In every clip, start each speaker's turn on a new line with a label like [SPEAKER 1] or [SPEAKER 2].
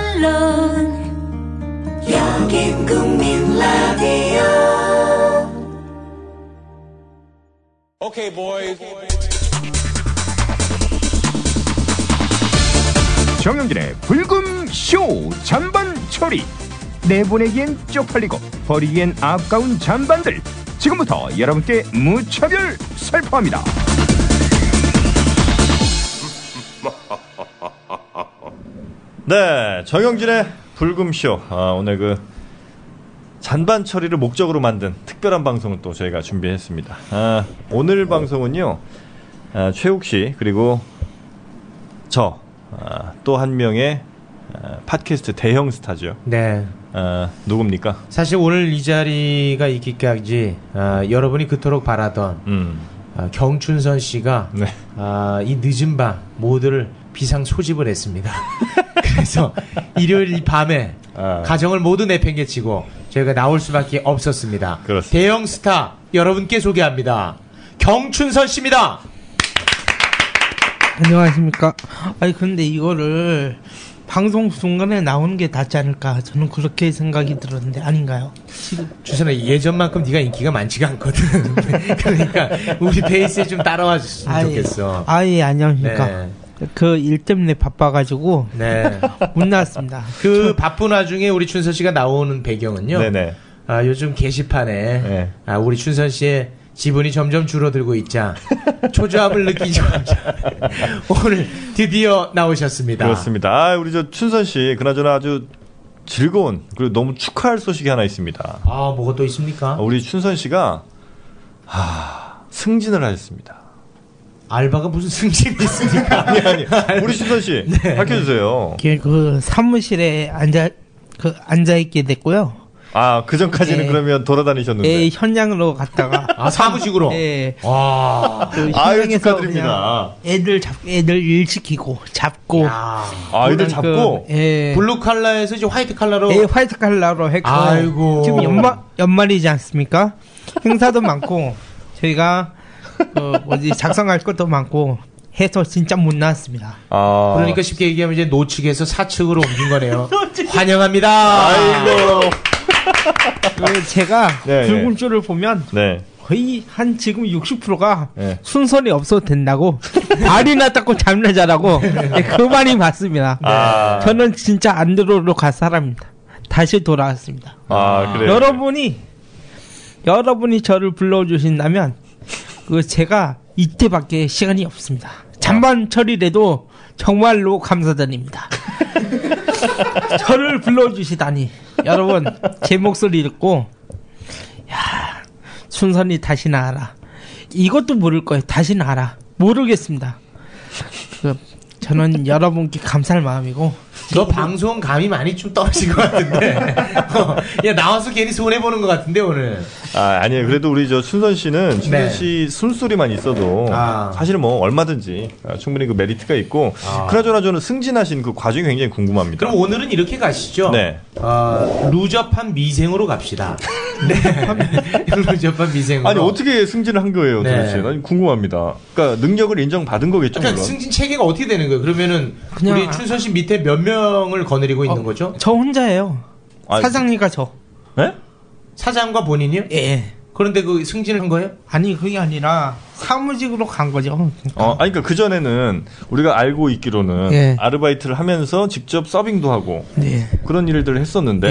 [SPEAKER 1] 물론 여긴 국민 라디오
[SPEAKER 2] Okay, boys.
[SPEAKER 3] 정영진의 불금 쇼 잔반 처리 내보내기엔 쪽팔리고 버리기엔 아까운 잔반들 지금부터 여러분께 무차별 살포합니다
[SPEAKER 4] 네, 정영진의 불금쇼. 아, 오늘 그 잔반 처리를 목적으로 만든 특별한 방송을 또 저희가 준비했습니다. 아, 오늘 방송은요, 아, 최욱 씨 그리고 아, 저또 한 명의 아, 팟캐스트 대형 스타죠.
[SPEAKER 5] 네.
[SPEAKER 4] 아, 누굽니까?
[SPEAKER 5] 사실 오늘 이 자리가 있기까지 아, 여러분이 그토록 바라던
[SPEAKER 4] 음,
[SPEAKER 5] 아, 경춘선 씨가
[SPEAKER 4] 네.
[SPEAKER 5] 아, 이 늦은 밤 모두를 비상 소집을 했습니다. 그래서 일요일 이 밤에
[SPEAKER 4] 아.
[SPEAKER 5] 가정을 모두 내팽개치고 저희가 나올 수밖에 없었습니다.
[SPEAKER 4] 그렇습니다.
[SPEAKER 5] 대형 스타 여러분께 소개합니다. 경춘선 씨입니다.
[SPEAKER 6] 안녕하십니까. 아니 근데 이거를 방송 순간에 나오는 게 낫지 않을까 저는 그렇게 생각이 들었는데 아닌가요?
[SPEAKER 5] 주선아 예전만큼 네가 인기가 많지가 않거든. 그러니까 우리 베이스에 좀 따라와 줬으면 좋겠어.
[SPEAKER 6] 아예 안녕하십니까.
[SPEAKER 5] 네.
[SPEAKER 6] 그 일 때문에 바빠가지고
[SPEAKER 5] 네.
[SPEAKER 6] 못 나왔습니다.
[SPEAKER 5] 그 바쁜 와중에 우리 춘선 씨가 나오는 배경은요.
[SPEAKER 4] 네네.
[SPEAKER 5] 아, 요즘 게시판에
[SPEAKER 4] 네.
[SPEAKER 5] 아, 우리 춘선 씨의 지분이 점점 줄어들고 있자 초조함을 느끼죠. 오늘 드디어 나오셨습니다.
[SPEAKER 4] 그렇습니다. 아, 우리 저 춘선 씨, 그나저나 아주 즐거운 그리고 너무 축하할 소식이 하나 있습니다.
[SPEAKER 5] 아, 뭐가 또 있습니까?
[SPEAKER 4] 우리 춘선 씨가 하, 승진을 하셨습니다.
[SPEAKER 5] 알바가 무슨 승진이 있습니까?
[SPEAKER 4] 아니 아니 우리 춘선 씨 밝혀주세요.
[SPEAKER 6] 이게 그 사무실에 앉아 그 앉아 있게 됐고요.
[SPEAKER 4] 아그 전까지는
[SPEAKER 6] 예.
[SPEAKER 4] 그러면
[SPEAKER 6] 예,
[SPEAKER 4] 돌아다니셨는데.
[SPEAKER 6] 현장으로 갔다가
[SPEAKER 5] 아, 사무직으로.
[SPEAKER 6] 예.
[SPEAKER 5] 와.
[SPEAKER 6] 그
[SPEAKER 4] 아유,
[SPEAKER 6] 현장에서
[SPEAKER 4] 축하드립니다.
[SPEAKER 6] 그냥 애들 잡 애들 일 시키고 잡고
[SPEAKER 5] 야.
[SPEAKER 4] 아 애들
[SPEAKER 6] 그런
[SPEAKER 4] 잡고
[SPEAKER 6] 그, 예.
[SPEAKER 5] 블루 칼라에서 이제 화이트
[SPEAKER 4] 어.
[SPEAKER 5] 칼라로
[SPEAKER 6] 예, 화이트 칼라로 했고
[SPEAKER 5] 아이고.
[SPEAKER 6] 지금 연말 연말이지 않습니까? 행사도 많고 저희가 그 뭐지 작성할 것도 많고 해서 진짜 못 나왔습니다.
[SPEAKER 4] 아
[SPEAKER 5] 그러니까 쉽게 얘기하면 이제 노측에서 사측으로 옮긴 거네요. 환영합니다.
[SPEAKER 4] 아이고
[SPEAKER 6] 그 제가
[SPEAKER 4] 네,
[SPEAKER 6] 불금쇼를 보면
[SPEAKER 4] 네
[SPEAKER 6] 거의 한 지금 60%가
[SPEAKER 4] 네.
[SPEAKER 6] 순서이 없어도 된다고 발이나 닦고 잠이나 자라고 네, 그 말이 맞습니다.
[SPEAKER 4] 아.
[SPEAKER 6] 저는 진짜 안 들어오러 갈 사람입니다. 다시 돌아왔습니다.
[SPEAKER 4] 아 그래
[SPEAKER 6] 여러분이 여러분이 저를 불러주신다면 그 제가 이때밖에 시간이 없습니다. 잔반 처리라도 정말로 감사드립니다. 저를 불러주시다니 여러분 제 목소리 듣고 야 순선이 다시 나와라 이것도 모를 거예요 다시 나와라 모르겠습니다. 그, 저는 여러분께 감사할 마음이고
[SPEAKER 5] 너 방송 감이 많이 좀 떨어진 것 같은데. 어, 야, 나와서 괜히 손해보는 것 같은데, 오늘.
[SPEAKER 4] 아 아니에요 그래도 우리 저 춘선 씨는 춘선
[SPEAKER 5] 네.
[SPEAKER 4] 씨 숨소리만 있어도
[SPEAKER 5] 아.
[SPEAKER 4] 사실 뭐 얼마든지 아, 충분히 그 메리트가 있고 그나저나 저는 승진하신 그 과정이 굉장히 궁금합니다.
[SPEAKER 5] 그럼 오늘은 이렇게 가시죠.
[SPEAKER 4] 네.
[SPEAKER 5] 어, 루저판 미생으로 갑시다. 네. 루저판 미생으로.
[SPEAKER 4] 아니 어떻게 승진을 한 거예요
[SPEAKER 5] 네.
[SPEAKER 4] 도대체? 난 궁금합니다. 그러니까 능력을 인정받은 거겠죠
[SPEAKER 5] 그러니까
[SPEAKER 4] 물론.
[SPEAKER 5] 승진 체계가 어떻게 되는 거예요? 그러면은
[SPEAKER 6] 그냥 어.
[SPEAKER 5] 우리
[SPEAKER 6] 아-
[SPEAKER 5] 춘선 씨 밑에 몇 명을 거느리고 있는 거죠?
[SPEAKER 6] 저 혼자예요.
[SPEAKER 4] 아,
[SPEAKER 6] 사장님과 저.
[SPEAKER 4] 네?
[SPEAKER 5] 사장과 본인이요?
[SPEAKER 6] 예.
[SPEAKER 5] 그런데 그 승진을 한 거예요?
[SPEAKER 6] 아니 그게 아니라 사무직으로 간 거죠.
[SPEAKER 4] 어, 아니, 그러니까 그전에는 우리가 알고 있기로는
[SPEAKER 6] 예.
[SPEAKER 4] 아르바이트를 하면서 직접 서빙도 하고
[SPEAKER 6] 네.
[SPEAKER 4] 그런 일들을 했었는데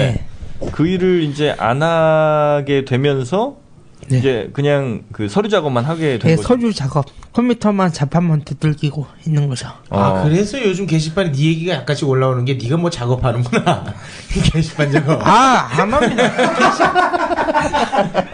[SPEAKER 6] 예.
[SPEAKER 4] 그 일을 이제 안 하게 되면서
[SPEAKER 6] 네.
[SPEAKER 4] 이제 그냥 그 서류 작업만 하게 된
[SPEAKER 6] 예,
[SPEAKER 4] 거죠.
[SPEAKER 6] 서류 작업, 컴퓨터만 자판만 두들기고 있는 거죠.
[SPEAKER 4] 어.
[SPEAKER 5] 아 그래서 요즘 게시판에 네 얘기가 약간씩 올라오는 게 네가 뭐 작업하는구나 이 게시판 작업
[SPEAKER 6] 아, 안 합니다.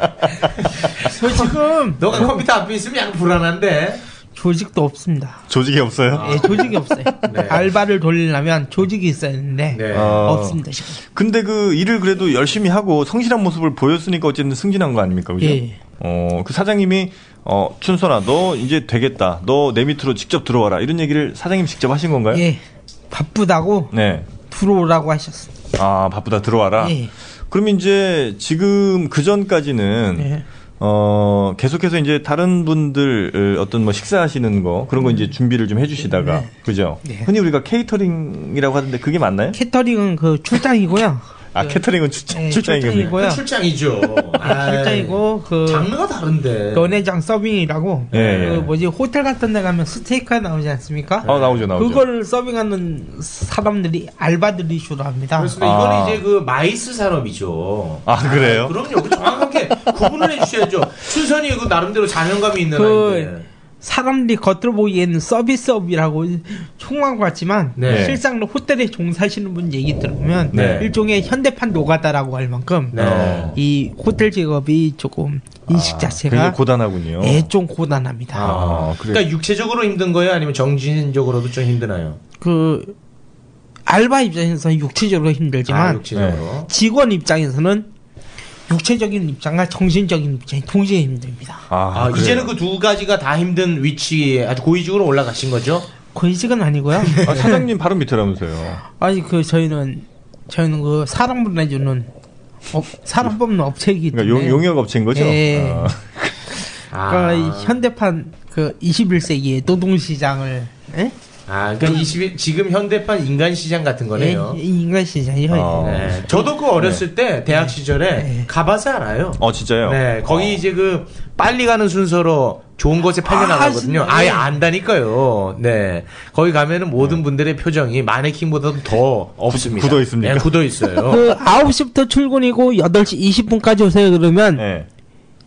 [SPEAKER 6] 저 지금
[SPEAKER 5] 너가 컴퓨터 앞에 있으면 약간 불안한데
[SPEAKER 6] 조직도 없습니다.
[SPEAKER 4] 조직이 없어요.
[SPEAKER 6] 예, 조직이 없어요.
[SPEAKER 5] 네.
[SPEAKER 6] 알바를 돌리려면 조직이 있어야 되는데
[SPEAKER 5] 네.
[SPEAKER 4] 어.
[SPEAKER 6] 없습니다. 지금.
[SPEAKER 4] 근데 그 일을 그래도 열심히 하고 성실한 모습을 보였으니까 어쨌든 승진한 거 아닙니까? 그죠?
[SPEAKER 6] 예.
[SPEAKER 4] 어, 그 사장님이 어, 춘선아, 너 이제 되겠다. 너 내 밑으로 직접 들어와라. 이런 얘기를 사장님 직접 하신 건가요?
[SPEAKER 6] 예, 바쁘다고
[SPEAKER 4] 네.
[SPEAKER 6] 들어오라고 하셨습니다.
[SPEAKER 4] 아, 바쁘다 들어와라.
[SPEAKER 6] 예.
[SPEAKER 4] 그럼 이제 지금 그 전까지는
[SPEAKER 6] 예.
[SPEAKER 4] 어, 계속해서 이제 다른 분들 어, 어떤 뭐 식사하시는 거 그런 거 이제 준비를 좀 해주시다가 그죠?
[SPEAKER 6] 네.
[SPEAKER 4] 흔히 우리가 케이터링이라고 하던데 그게 맞나요?
[SPEAKER 6] 캐터링은 그 출장이고요.
[SPEAKER 4] 아 캐터링은 출장,
[SPEAKER 6] 네,
[SPEAKER 4] 출장이군요.
[SPEAKER 6] 뭐야? 아,
[SPEAKER 5] 출장이죠.
[SPEAKER 6] 출장이고 그
[SPEAKER 5] 아이, 아, 장르가
[SPEAKER 4] 네.
[SPEAKER 5] 다른데.
[SPEAKER 6] 연회장 서빙이라고
[SPEAKER 4] 예, 예.
[SPEAKER 6] 그 뭐지 호텔 같은 데 가면 스테이크가 나오지 않습니까?
[SPEAKER 4] 아 나오죠 나오죠.
[SPEAKER 6] 그걸 서빙하는 사람들이 알바들이 주로 합니다.
[SPEAKER 5] 그렇습니다.
[SPEAKER 4] 아.
[SPEAKER 5] 이거는 이제 그 마이스 산업이죠.
[SPEAKER 4] 아 그래요?
[SPEAKER 5] 그럼요. 그 정확하게 구분을 해주셔야죠. 순선이 그 나름대로 자명감이 있는
[SPEAKER 6] 그-
[SPEAKER 5] 아이인데.
[SPEAKER 6] 사람들이 겉으로 보기에는 서비스업이라고 총망 같지만
[SPEAKER 5] 네.
[SPEAKER 6] 실상로 호텔에 종사하시는 분 얘기 들으면
[SPEAKER 4] 네. 어.
[SPEAKER 6] 일종의 현대판 노가다라고 할 만큼
[SPEAKER 5] 네.
[SPEAKER 6] 이 호텔 직업이 조금 인식
[SPEAKER 4] 아, 굉장히
[SPEAKER 6] 자체가
[SPEAKER 4] 고단하군요.
[SPEAKER 6] 예, 좀 고단합니다.
[SPEAKER 5] 아,
[SPEAKER 4] 그래요.
[SPEAKER 5] 그러니까 육체적으로 힘든 거예요? 아니면 정신적으로도 좀 힘드나요?
[SPEAKER 6] 그 알바 입장에서 육체적으로
[SPEAKER 5] 아,
[SPEAKER 6] 힘들지만 네.
[SPEAKER 5] 육체적으로.
[SPEAKER 6] 직원 입장에서는 육체적인 입장과 정신적인 입장이 동시에 힘듭니다.
[SPEAKER 5] 아,
[SPEAKER 4] 아, 그래요.
[SPEAKER 5] 이제는 그 두 가지가 다 힘든 위치에 아주 고위직으로 올라가신 거죠?
[SPEAKER 6] 권식은 아니고요.
[SPEAKER 4] 아, 사장님 바로 밑에라면서요.
[SPEAKER 6] 아니 그 저희는 저희는 그 사람 보내주는 업, 사람 뽑는 업체이기 때문에
[SPEAKER 4] 그러니까 용, 역 업체인 거죠?
[SPEAKER 6] 예.
[SPEAKER 4] 아,
[SPEAKER 5] 아,
[SPEAKER 6] 그러니까 이 현대판 그 21세기의 노동시장을 예?
[SPEAKER 5] 아, 그러니까 20, 지금 현대판 인간 시장 같은 거네요.
[SPEAKER 6] 예, 이 인간 시장이요.
[SPEAKER 4] 어.
[SPEAKER 5] 네. 저도 그 어렸을 때
[SPEAKER 6] 네.
[SPEAKER 5] 대학 시절에 가봐서 알아요.
[SPEAKER 4] 어 진짜요?
[SPEAKER 5] 네, 거기 이제 그 빨리 가는 순서로 좋은 곳에 팔려
[SPEAKER 6] 아,
[SPEAKER 5] 나가거든요.
[SPEAKER 4] 네.
[SPEAKER 6] 진짜요?
[SPEAKER 5] 아예 안다니까요. 네, 거기 가면은 모든 분들의 표정이 마네킹보다도 더 없습니다.
[SPEAKER 4] 네. 굳어 있습니까?
[SPEAKER 5] 네, 굳어 있어요.
[SPEAKER 6] 그 9시부터 출근이고 8시 20분까지 오세요 그러면
[SPEAKER 4] 네.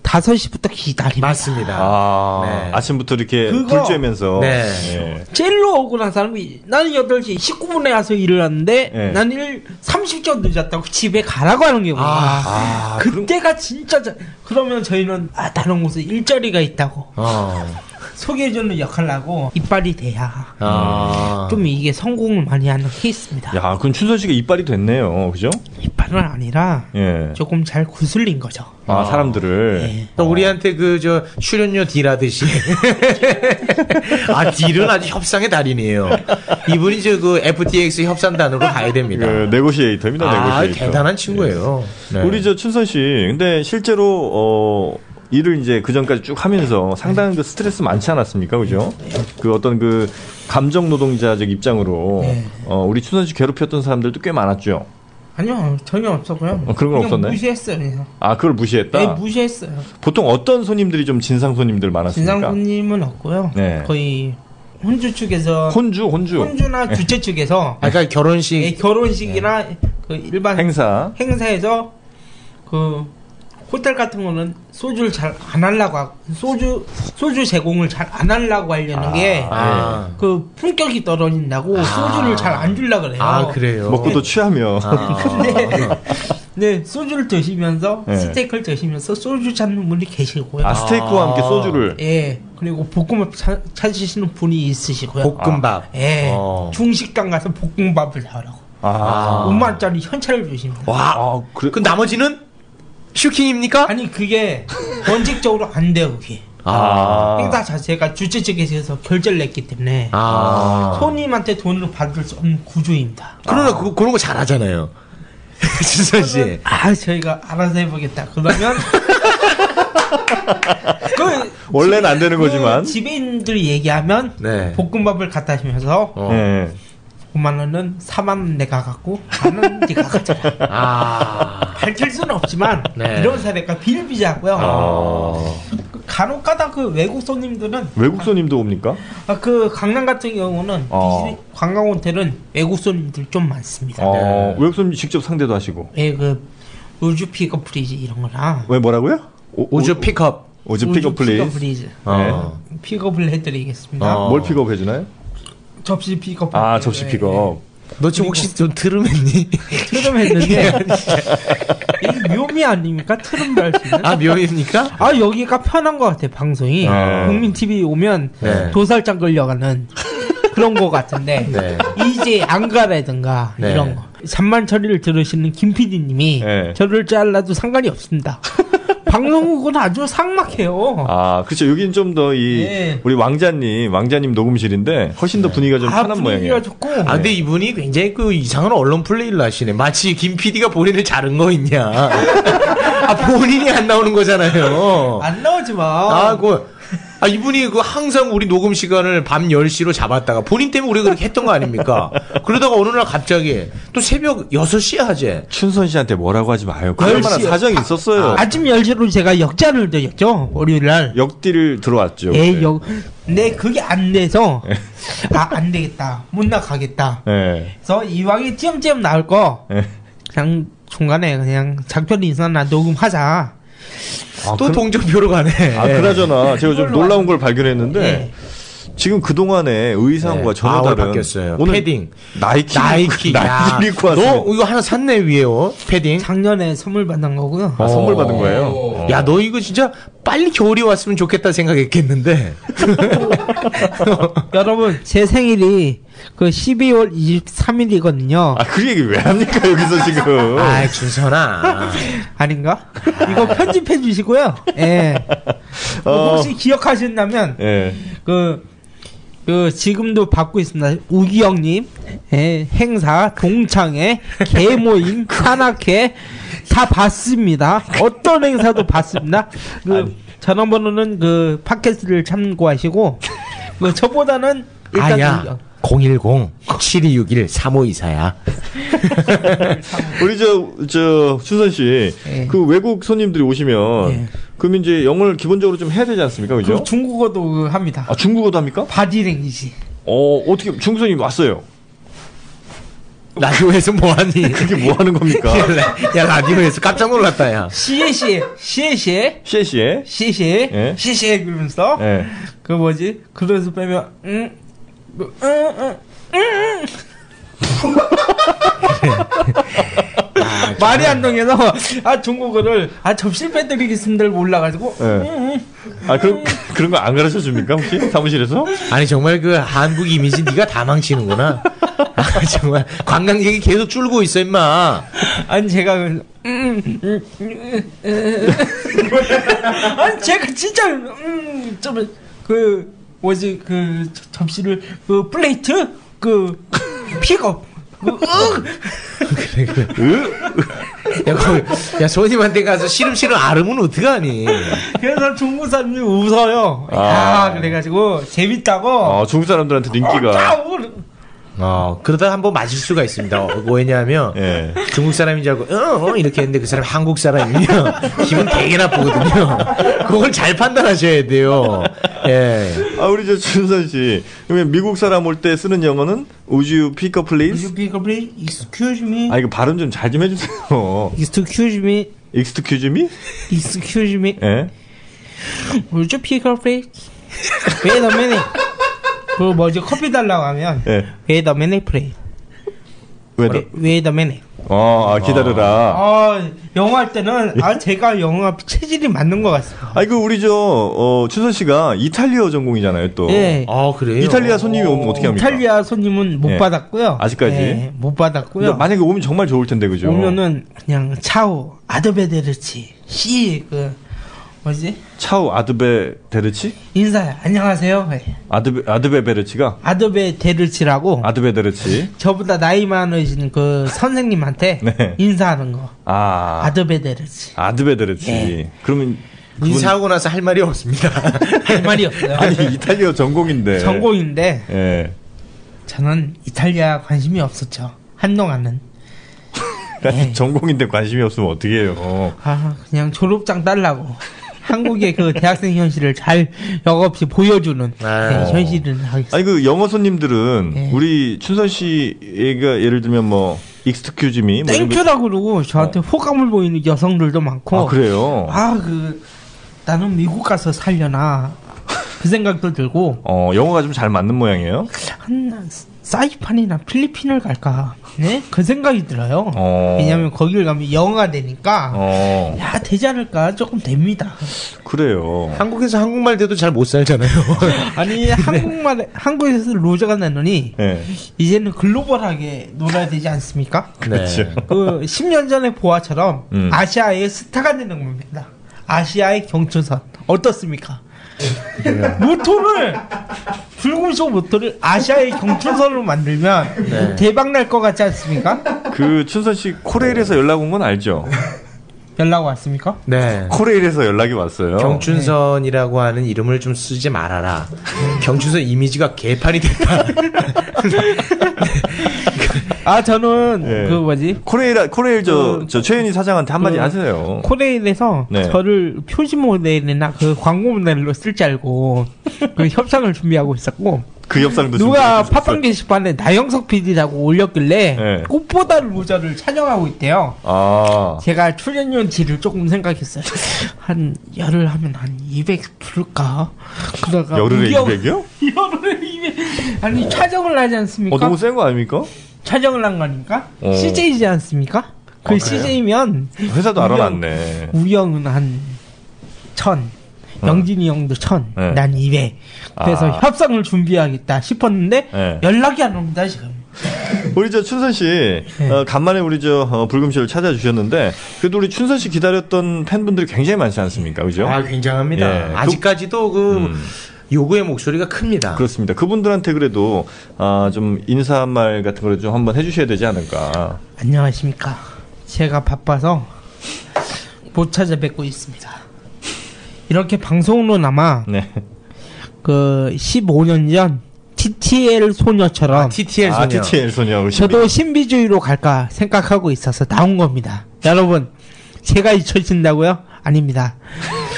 [SPEAKER 6] 5시부터 기다립니다.
[SPEAKER 5] 맞습니다.
[SPEAKER 4] 아
[SPEAKER 5] 네.
[SPEAKER 4] 아침부터 이렇게
[SPEAKER 6] 그거-
[SPEAKER 4] 불쬐면서.
[SPEAKER 5] 네.
[SPEAKER 4] 예.
[SPEAKER 6] 젤로 억울한 사람이 나는 8시 19분에 와서 일을 하는데
[SPEAKER 4] 예.
[SPEAKER 6] 나는 일 30분 늦었다고 집에 가라고 하는 게 뭐야.
[SPEAKER 5] 아,
[SPEAKER 6] 그때가 진짜 자- 그러면 저희는 아 다른 곳에 일자리가
[SPEAKER 4] 아.
[SPEAKER 6] 있다고
[SPEAKER 5] 어,
[SPEAKER 6] 소개해주는 역할을 하고 이빨이 돼야
[SPEAKER 5] 아,
[SPEAKER 6] 좀 이게 성공을 많이 하는 케이스입니다.
[SPEAKER 4] 야, 그럼 춘선 씨가 이빨이 됐네요, 그죠?
[SPEAKER 6] 이빨은 아니라
[SPEAKER 4] 예.
[SPEAKER 6] 조금 잘 구슬린 거죠.
[SPEAKER 4] 아 사람들을.
[SPEAKER 5] 또 우리한테 그 저 출연료 딜하듯이 아 딜은 아주 협상의 달인이에요. 이분이 저 그 FTX 협상단으로 가야 됩니다.
[SPEAKER 4] 그 네고시에이터입니다.
[SPEAKER 5] 아
[SPEAKER 4] 네고시에이터.
[SPEAKER 5] 대단한 친구예요. 네.
[SPEAKER 4] 우리 저 춘선 씨, 근데 실제로 어 일을 이제 그 전까지 쭉 하면서 상당한 그 스트레스 많지 않았습니까, 그죠? 그 어떤 그 감정 노동자적 입장으로 어 우리 춘선 씨 괴롭혔던 사람들도 꽤 많았죠.
[SPEAKER 6] 아니요 전혀 없었고요.
[SPEAKER 4] 어, 그런 건
[SPEAKER 6] 그냥
[SPEAKER 4] 없었나요?
[SPEAKER 6] 무시했어요. 그냥.
[SPEAKER 4] 아 그걸 무시했다.
[SPEAKER 6] 네, 무시했어요.
[SPEAKER 4] 보통 어떤 손님들이 좀 진상 손님들 많았습니까?
[SPEAKER 6] 진상 손님은 없고요.
[SPEAKER 4] 네.
[SPEAKER 6] 거의 혼주 측에서
[SPEAKER 4] 혼주, 예. 혼주,
[SPEAKER 6] 혼주나 주최 측에서
[SPEAKER 5] 아까 결혼식
[SPEAKER 4] 네.
[SPEAKER 6] 예, 결혼식이나 그 일반
[SPEAKER 4] 행사.
[SPEAKER 6] 행사에서 그 호텔 같은 거는 소주를 잘 안 하려고 하고 소주 소주 제공을 잘 안 하려고 하려는
[SPEAKER 5] 아.
[SPEAKER 6] 게 그 품격이 떨어진다고 소주를 잘 안 주려 그래요.
[SPEAKER 5] 아 그래요.
[SPEAKER 4] 먹고도 취하며
[SPEAKER 5] 아.
[SPEAKER 6] 근데 네, 소주를 드시면서
[SPEAKER 4] 네.
[SPEAKER 6] 스테이크를 드시면서 소주 찾는 분이 계시고요.
[SPEAKER 4] 아 스테이크와 함께
[SPEAKER 5] 예. 아.
[SPEAKER 4] 소주를
[SPEAKER 6] 예. 그리고 볶음밥 찾- 찾으시는 분이 있으시고요.
[SPEAKER 5] 볶음밥.
[SPEAKER 6] 예.
[SPEAKER 5] 어.
[SPEAKER 6] 중식당 가서 볶음밥을 사라고.
[SPEAKER 4] 아.
[SPEAKER 6] 5만 원짜리 현찰을 주십니다.
[SPEAKER 4] 와, 아, 그래.
[SPEAKER 5] 그 나머지는 슈킹입니까?
[SPEAKER 6] 아니 그게 원칙적으로 안 돼요 그게
[SPEAKER 5] 아.
[SPEAKER 6] 행사 자체가 주최 측에서 결제를 냈기 때문에
[SPEAKER 5] 아.
[SPEAKER 6] 손님한테 돈을 받을 수 없는 구조입니다
[SPEAKER 5] 그러나 그, 그런 거 잘하잖아요. 진선 씨.
[SPEAKER 6] 아 저희가 알아서 해보겠다 그러면 그
[SPEAKER 4] 원래는 안 되는
[SPEAKER 6] 그
[SPEAKER 4] 거지만.
[SPEAKER 6] 지배인들이 얘기하면
[SPEAKER 5] 네.
[SPEAKER 6] 볶음밥을 갖다 주면서
[SPEAKER 5] 어.
[SPEAKER 4] 예.
[SPEAKER 6] 5만 원은 4만 원 내가 갖고 4만 원 네가 가져라
[SPEAKER 5] 아.
[SPEAKER 6] 밝힐 수는 없지만
[SPEAKER 5] 네.
[SPEAKER 6] 이런 사례가 비일비재하고요
[SPEAKER 4] 아.
[SPEAKER 5] 어.
[SPEAKER 6] 간혹가다 그 외국 손님들은
[SPEAKER 4] 외국 손님도 옵니까?
[SPEAKER 6] 아, 그 강남 같은 경우는
[SPEAKER 4] 어.
[SPEAKER 6] 비즈니- 관광 호텔은 외국 손님들 좀 많습니다.
[SPEAKER 4] 어, 외국 손님 직접 상대도 하시고.
[SPEAKER 6] 예, 그 우주 픽업 프리즈 이런 거나
[SPEAKER 4] 왜 뭐라고요? 오-
[SPEAKER 5] 우주 픽업.
[SPEAKER 4] 오- 우주 픽업 플리즈. 아.
[SPEAKER 6] 프리즈
[SPEAKER 5] 어.
[SPEAKER 6] 네. 픽업을 해드리겠습니다.
[SPEAKER 5] 어.
[SPEAKER 4] 뭘 픽업 해주나요?
[SPEAKER 6] 접시 픽업. 예,
[SPEAKER 4] 아 접시
[SPEAKER 6] 네.
[SPEAKER 4] 픽업.
[SPEAKER 5] 너 지금 혹시 좀 트름했니?
[SPEAKER 6] 그 트름했는데 이게 묘미 아닙니까? 트름도 할수 있는.
[SPEAKER 5] 아, 묘입니까?
[SPEAKER 6] 아 여기가 편한 것 같아 방송이
[SPEAKER 4] 네.
[SPEAKER 6] 국민 TV 오면
[SPEAKER 5] 네.
[SPEAKER 6] 도살장 걸려가는 그런 것 같은데
[SPEAKER 5] 네.
[SPEAKER 6] 이제 안가라든가
[SPEAKER 5] 네.
[SPEAKER 6] 이런 거 잔만 처리를 들으시는 김 PD님이
[SPEAKER 4] 네.
[SPEAKER 6] 저를 잘라도 상관이 없습니다. 방송국은 아주 삭막해요.
[SPEAKER 4] 아 그렇죠. 여기는 좀 더 이
[SPEAKER 6] 네.
[SPEAKER 4] 우리 왕자님 왕자님 녹음실인데 훨씬 더 분위기가 좀
[SPEAKER 6] 아,
[SPEAKER 4] 편한
[SPEAKER 6] 분위기가
[SPEAKER 4] 모양이에요. 네.
[SPEAKER 6] 좋고
[SPEAKER 5] 아, 근데 이분이 굉장히 그 이상한 언론 플레이를 하시네. 마치 김 PD가 본인을 자른 거 있냐. 아, 본인이 안 나오는 거잖아요.
[SPEAKER 6] 안 나오지 마.
[SPEAKER 5] 아, 그, 아, 이분이 그 항상 우리 녹음 시간을 밤 10시로 잡았다가 본인 때문에 우리가 그렇게 했던 거 아닙니까? 그러다가 어느 날 갑자기 또 새벽 6시에 하재.
[SPEAKER 4] 춘선 씨한테 뭐라고 하지 마요. 그럴
[SPEAKER 5] 아유,
[SPEAKER 4] 만한
[SPEAKER 5] 씨.
[SPEAKER 4] 사정이 있었어요.
[SPEAKER 6] 아, 침 10시로 제가 역자를 드렸죠. 월요일 날.
[SPEAKER 4] 역딜을 네. 들어왔죠.
[SPEAKER 6] 예,
[SPEAKER 4] 그때.
[SPEAKER 6] 역. 네, 그게 안 돼서 아, 안 되겠다. 못 나가겠다.
[SPEAKER 4] 예.
[SPEAKER 6] 그래서 이왕에 찌엄찌엄 나올 거
[SPEAKER 4] 예.
[SPEAKER 6] 그냥 중간에 그냥 작별 인사나 녹음하자.
[SPEAKER 5] 또 동정표로 가네.
[SPEAKER 4] 아, 그나저나 제가 좀 놀라운 걸 발견했는데
[SPEAKER 6] 네.
[SPEAKER 4] 지금 그 동안에 의상과
[SPEAKER 5] 네.
[SPEAKER 4] 전혀
[SPEAKER 5] 아, 오늘
[SPEAKER 4] 다른
[SPEAKER 5] 바뀌었어요.
[SPEAKER 4] 오늘
[SPEAKER 5] 패딩.
[SPEAKER 4] 나이키
[SPEAKER 5] 나이키.
[SPEAKER 4] 그 나이키 입고
[SPEAKER 5] 야,
[SPEAKER 4] 왔어요.
[SPEAKER 5] 너 이거 하나 샀네, 위에요. 패딩.
[SPEAKER 6] 작년에 선물 받은 거고요.
[SPEAKER 4] 아, 선물
[SPEAKER 5] 어.
[SPEAKER 4] 받은 거예요.
[SPEAKER 5] 야, 너 이거 진짜 빨리 겨울이 왔으면 좋겠다 생각했겠는데.
[SPEAKER 6] 여러분, 제 생일이 그 12월 23일이거든요.
[SPEAKER 4] 아, 그 얘기 왜 합니까 여기서 지금?
[SPEAKER 5] 아, 준선아.
[SPEAKER 6] 아닌가? 이거 편집해 주시고요. 예.
[SPEAKER 5] 뭐
[SPEAKER 4] 어.
[SPEAKER 6] 혹시 기억하신다면
[SPEAKER 4] 예.
[SPEAKER 6] 그, 그 지금도 받고 있습니다. 우기영님 예, 행사 동창회 개모임 산악회 다 봤습니다. 어떤 행사도 봤습니다. 그 전화번호는 그 팟캐스트를 참고하시고 그 저보다는 일단
[SPEAKER 5] 아야. 010-7261-3524야.
[SPEAKER 4] 우리 저, 저, 춘선 씨,
[SPEAKER 6] 예.
[SPEAKER 4] 그 외국 손님들이 오시면,
[SPEAKER 6] 예.
[SPEAKER 4] 그럼 이제 영어를 기본적으로 좀 해야 되지 않습니까?
[SPEAKER 6] 우기- 그
[SPEAKER 5] 그렇죠.
[SPEAKER 4] 그죠?
[SPEAKER 6] 중국어도 그 합니다.
[SPEAKER 4] 아, 중국어도 합니까?
[SPEAKER 6] 바디랭귀지.
[SPEAKER 4] 어, 어떻게, 중국 손님 왔어요.
[SPEAKER 5] 라디오에서 뭐하니?
[SPEAKER 4] 그게 뭐 하는 겁니까?
[SPEAKER 5] 야, 라디오에서 깜짝 놀랐다, 야.
[SPEAKER 6] 시에시에 시에시에
[SPEAKER 4] 씨에씨에?
[SPEAKER 6] 시에시에
[SPEAKER 4] 예.
[SPEAKER 6] 시에시에 그러면서
[SPEAKER 4] 예.
[SPEAKER 6] 그 뭐지? 그래서 빼면 응, 뭐, 응, 응, 응. 말이 안 통해서 아 중국어를 아 접시를 빼드리겠습니다를 몰라가지고
[SPEAKER 4] 예.
[SPEAKER 5] 음.
[SPEAKER 4] 아, 그럼, 그런 거 안 가르쳐 줍니까? 혹시? 사무실에서?
[SPEAKER 5] 아니, 정말 그 한국 이미지 네가 다 망치는구나. 아, 정말. 관광객이 계속 줄고 있어, 임마.
[SPEAKER 6] 아니 제가 그래서, 음, 음, 음, 음, 음. 아니 제가 진짜 음좀그 뭐지 그 저- 접시를 그 플레이트 그 픽업 그, 응.
[SPEAKER 5] 야, 거, 야, 손님한테 가서 시름시름 아름은 어떡하니?
[SPEAKER 6] 그래서 중국 사람들이 웃어요.
[SPEAKER 4] 아.
[SPEAKER 6] 야, 그래가지고 재밌다고.
[SPEAKER 4] 아, 중국 사람들한테
[SPEAKER 6] 다
[SPEAKER 4] 인기가.
[SPEAKER 6] 웃-
[SPEAKER 5] 어, 그러다 한번 맞을 수가 있습니다. 어, 왜냐하면
[SPEAKER 4] 예.
[SPEAKER 5] 중국 사람인 줄 알고, 어, 어, 이렇게 했는데 그 사람 한국 사람이면 기분 되게 나쁘거든요. 그걸 잘 판단하셔야 돼요. 예.
[SPEAKER 4] 아, 우리 저 춘선 씨. 그러면 미국 사람 올 때 쓰는 영어는 Would you pick up please?
[SPEAKER 6] You pick up, please? excuse me.
[SPEAKER 4] 아, 이거 발음 좀 잘 좀 해주세요.
[SPEAKER 6] Excuse me.
[SPEAKER 4] Excuse me?
[SPEAKER 6] Excuse me.
[SPEAKER 4] 예.
[SPEAKER 6] Would you pick up, please? Wait a minute. 그 뭐지 커피 달라고 하면
[SPEAKER 4] 예.
[SPEAKER 6] Wait a minute, please.
[SPEAKER 4] 왜, 너-
[SPEAKER 6] Wait a minute.
[SPEAKER 4] 어, 아, 기다려라.
[SPEAKER 6] 아 영어 할 때는 아 제가 영어 체질이 맞는 것 같습니다.
[SPEAKER 4] 아니 그 우리 저 어, 춘선 씨가 이탈리아 어. 전공이잖아요 또.
[SPEAKER 6] 예.
[SPEAKER 5] 아, 그래요?
[SPEAKER 4] 이탈리아 손님이 오면 어떻게 합니까?
[SPEAKER 6] 이탈리아 손님은 못
[SPEAKER 4] 예.
[SPEAKER 6] 받았고요.
[SPEAKER 4] 아직까지?
[SPEAKER 6] 예, 못
[SPEAKER 4] 근데
[SPEAKER 6] 받았고요.
[SPEAKER 4] 만약에 오면 정말 좋을 텐데 그죠?
[SPEAKER 6] 오면은 그냥 차오 아드베데르치 씨그 뭐지
[SPEAKER 4] 차우 아드베 데르치?
[SPEAKER 6] 인사해 안녕하세요 예.
[SPEAKER 4] 아드베 아드베 베르치가
[SPEAKER 6] 아드베데르치라고
[SPEAKER 4] 아드베 데르치.
[SPEAKER 6] 저보다 나이 많으신 그 선생님한테
[SPEAKER 4] 네.
[SPEAKER 6] 인사하는 거
[SPEAKER 4] 아.
[SPEAKER 6] 아드베데르치
[SPEAKER 4] 아드베 데르치.
[SPEAKER 6] 예.
[SPEAKER 4] 그러면 그분-
[SPEAKER 5] 인사하고 나서 할 말이 없습니다.
[SPEAKER 6] 할 말이 없어요
[SPEAKER 4] 아. 아니 이탈리아 네. 전공인데.
[SPEAKER 6] 전공인데
[SPEAKER 4] 예.
[SPEAKER 6] 저는 이탈리아 관심이 없었죠 한동안은
[SPEAKER 4] 아니,
[SPEAKER 6] 네.
[SPEAKER 4] 전공인데 관심이 없으면 어떻게 해요?
[SPEAKER 6] 아 그냥 졸업장 달라고 한국의 그 대학생 현실을 잘 역없이 보여주는
[SPEAKER 5] 아.
[SPEAKER 6] 네, 현실을 하겠습니다
[SPEAKER 4] 아니 그 영어 손님들은
[SPEAKER 6] 예.
[SPEAKER 4] 우리 춘선 씨가 예를 들면 뭐 익스큐즈 미 뭐 이런 거-
[SPEAKER 6] 땡큐라고 그러고 저한테 호감을 보이는 여성들도 많고
[SPEAKER 4] 아 그래요.
[SPEAKER 6] 아, 그 나는 미국 가서 살려나 그 생각도 들고
[SPEAKER 4] 어 영어가 좀 잘 맞는 모양이에요.
[SPEAKER 6] 한 사이판이나 필리핀을 갈까 네? 그 생각이 들어요
[SPEAKER 4] 어.
[SPEAKER 6] 왜냐면 거길 가면 영어가 되니까
[SPEAKER 4] 어
[SPEAKER 6] 야 되지 않을까 조금 됩니다
[SPEAKER 4] 그래요.
[SPEAKER 5] 한국에서 한국말 돼도 잘 못 살잖아요. 네.
[SPEAKER 6] 아니 한국말 한국에서 로저가 나느니
[SPEAKER 4] 예.
[SPEAKER 6] 이제는 글로벌하게 놀아야 되지 않습니까?
[SPEAKER 4] 그렇죠.
[SPEAKER 6] 그 10년 전에 보아처럼
[SPEAKER 4] 음.
[SPEAKER 6] 아시아의 스타가 되는 겁니다. 아시아의 경춘선 어떻습니까? 모토를 붉은쇼 모토를 아시아의 경춘선으로 만들면 대박 날 것 같지 않습니까?
[SPEAKER 4] 그 춘선 씨 코레일에서 연락 온 건 알죠?
[SPEAKER 6] 연락 왔습니까?
[SPEAKER 5] 네.
[SPEAKER 4] 코레일에서 연락이 왔어요.
[SPEAKER 5] 경춘선이라고 하는 이름을 좀 쓰지 말아라. 경춘선 이미지가 개판이 됐다.
[SPEAKER 6] 아 저는
[SPEAKER 4] 예.
[SPEAKER 6] 그 뭐지
[SPEAKER 4] 코레일 코레일
[SPEAKER 6] 그-
[SPEAKER 4] 저저 최윤희 사장한테 한마디 하세요.
[SPEAKER 6] 코레일에서
[SPEAKER 4] 네.
[SPEAKER 6] 저를 표지 모델이나 그 광고 모델로 쓸 줄 알고 그 협상을 준비하고 있었고
[SPEAKER 4] 그 협상도
[SPEAKER 6] 누가
[SPEAKER 4] 준비해
[SPEAKER 6] 팟빵
[SPEAKER 4] 주셨어요.
[SPEAKER 6] 게시판에 나영석 PD라고 올렸길래
[SPEAKER 4] 네.
[SPEAKER 6] 꽃보다 루저를 찬양하고 있대요.
[SPEAKER 4] 아
[SPEAKER 6] 제가 출연료지를 조금 생각했어요. 한 열을 하면 한 200 줄까? 그러다가
[SPEAKER 4] 열흘에
[SPEAKER 6] 우리 형-
[SPEAKER 4] 200이요?
[SPEAKER 6] 열흘에 200. 아니 촬영을 하지 않습니까?
[SPEAKER 4] 어 너무 센 거 아닙니까?
[SPEAKER 6] 촬영을 한 거니까
[SPEAKER 4] 어.
[SPEAKER 6] CJ이지 않습니까? 그
[SPEAKER 4] 그래요?
[SPEAKER 6] CJ면
[SPEAKER 4] 회사도 알아놨네.
[SPEAKER 6] 우영은 한 천, 영진이 형도 천,
[SPEAKER 4] 어. 네.
[SPEAKER 6] 난 이백. 그래서
[SPEAKER 4] 아.
[SPEAKER 6] 협상을 준비하겠다 싶었는데
[SPEAKER 4] 네.
[SPEAKER 6] 연락이 안 옵니다 지금.
[SPEAKER 4] 우리 저 춘선 씨
[SPEAKER 6] 네.
[SPEAKER 4] 어, 간만에 우리 저 어, 불금쇼를 찾아주셨는데 그래도 우리 춘선 씨 기다렸던 팬분들이 굉장히 많지 않습니까? 그죠?
[SPEAKER 5] 아, 굉장합니다.
[SPEAKER 4] 예.
[SPEAKER 5] 아직까지도 그
[SPEAKER 4] 음.
[SPEAKER 5] 요구의 목소리가 큽니다.
[SPEAKER 4] 그렇습니다. 그분들한테 그래도 아, 좀 인사 한 말 같은 걸 좀 한번 해주셔야 되지 않을까.
[SPEAKER 6] 안녕하십니까. 제가 바빠서 못 찾아뵙고 있습니다. 이렇게 방송으로나마
[SPEAKER 4] 네.
[SPEAKER 6] 그 15년 전 TTL 소녀처럼
[SPEAKER 5] TTL
[SPEAKER 4] 아,
[SPEAKER 5] 소녀.
[SPEAKER 4] TTL 소녀. 우리
[SPEAKER 6] 저도 신비주의로 갈까 생각하고 있어서 나온 겁니다. 여러분, 제가 잊혀진다고요? 아닙니다.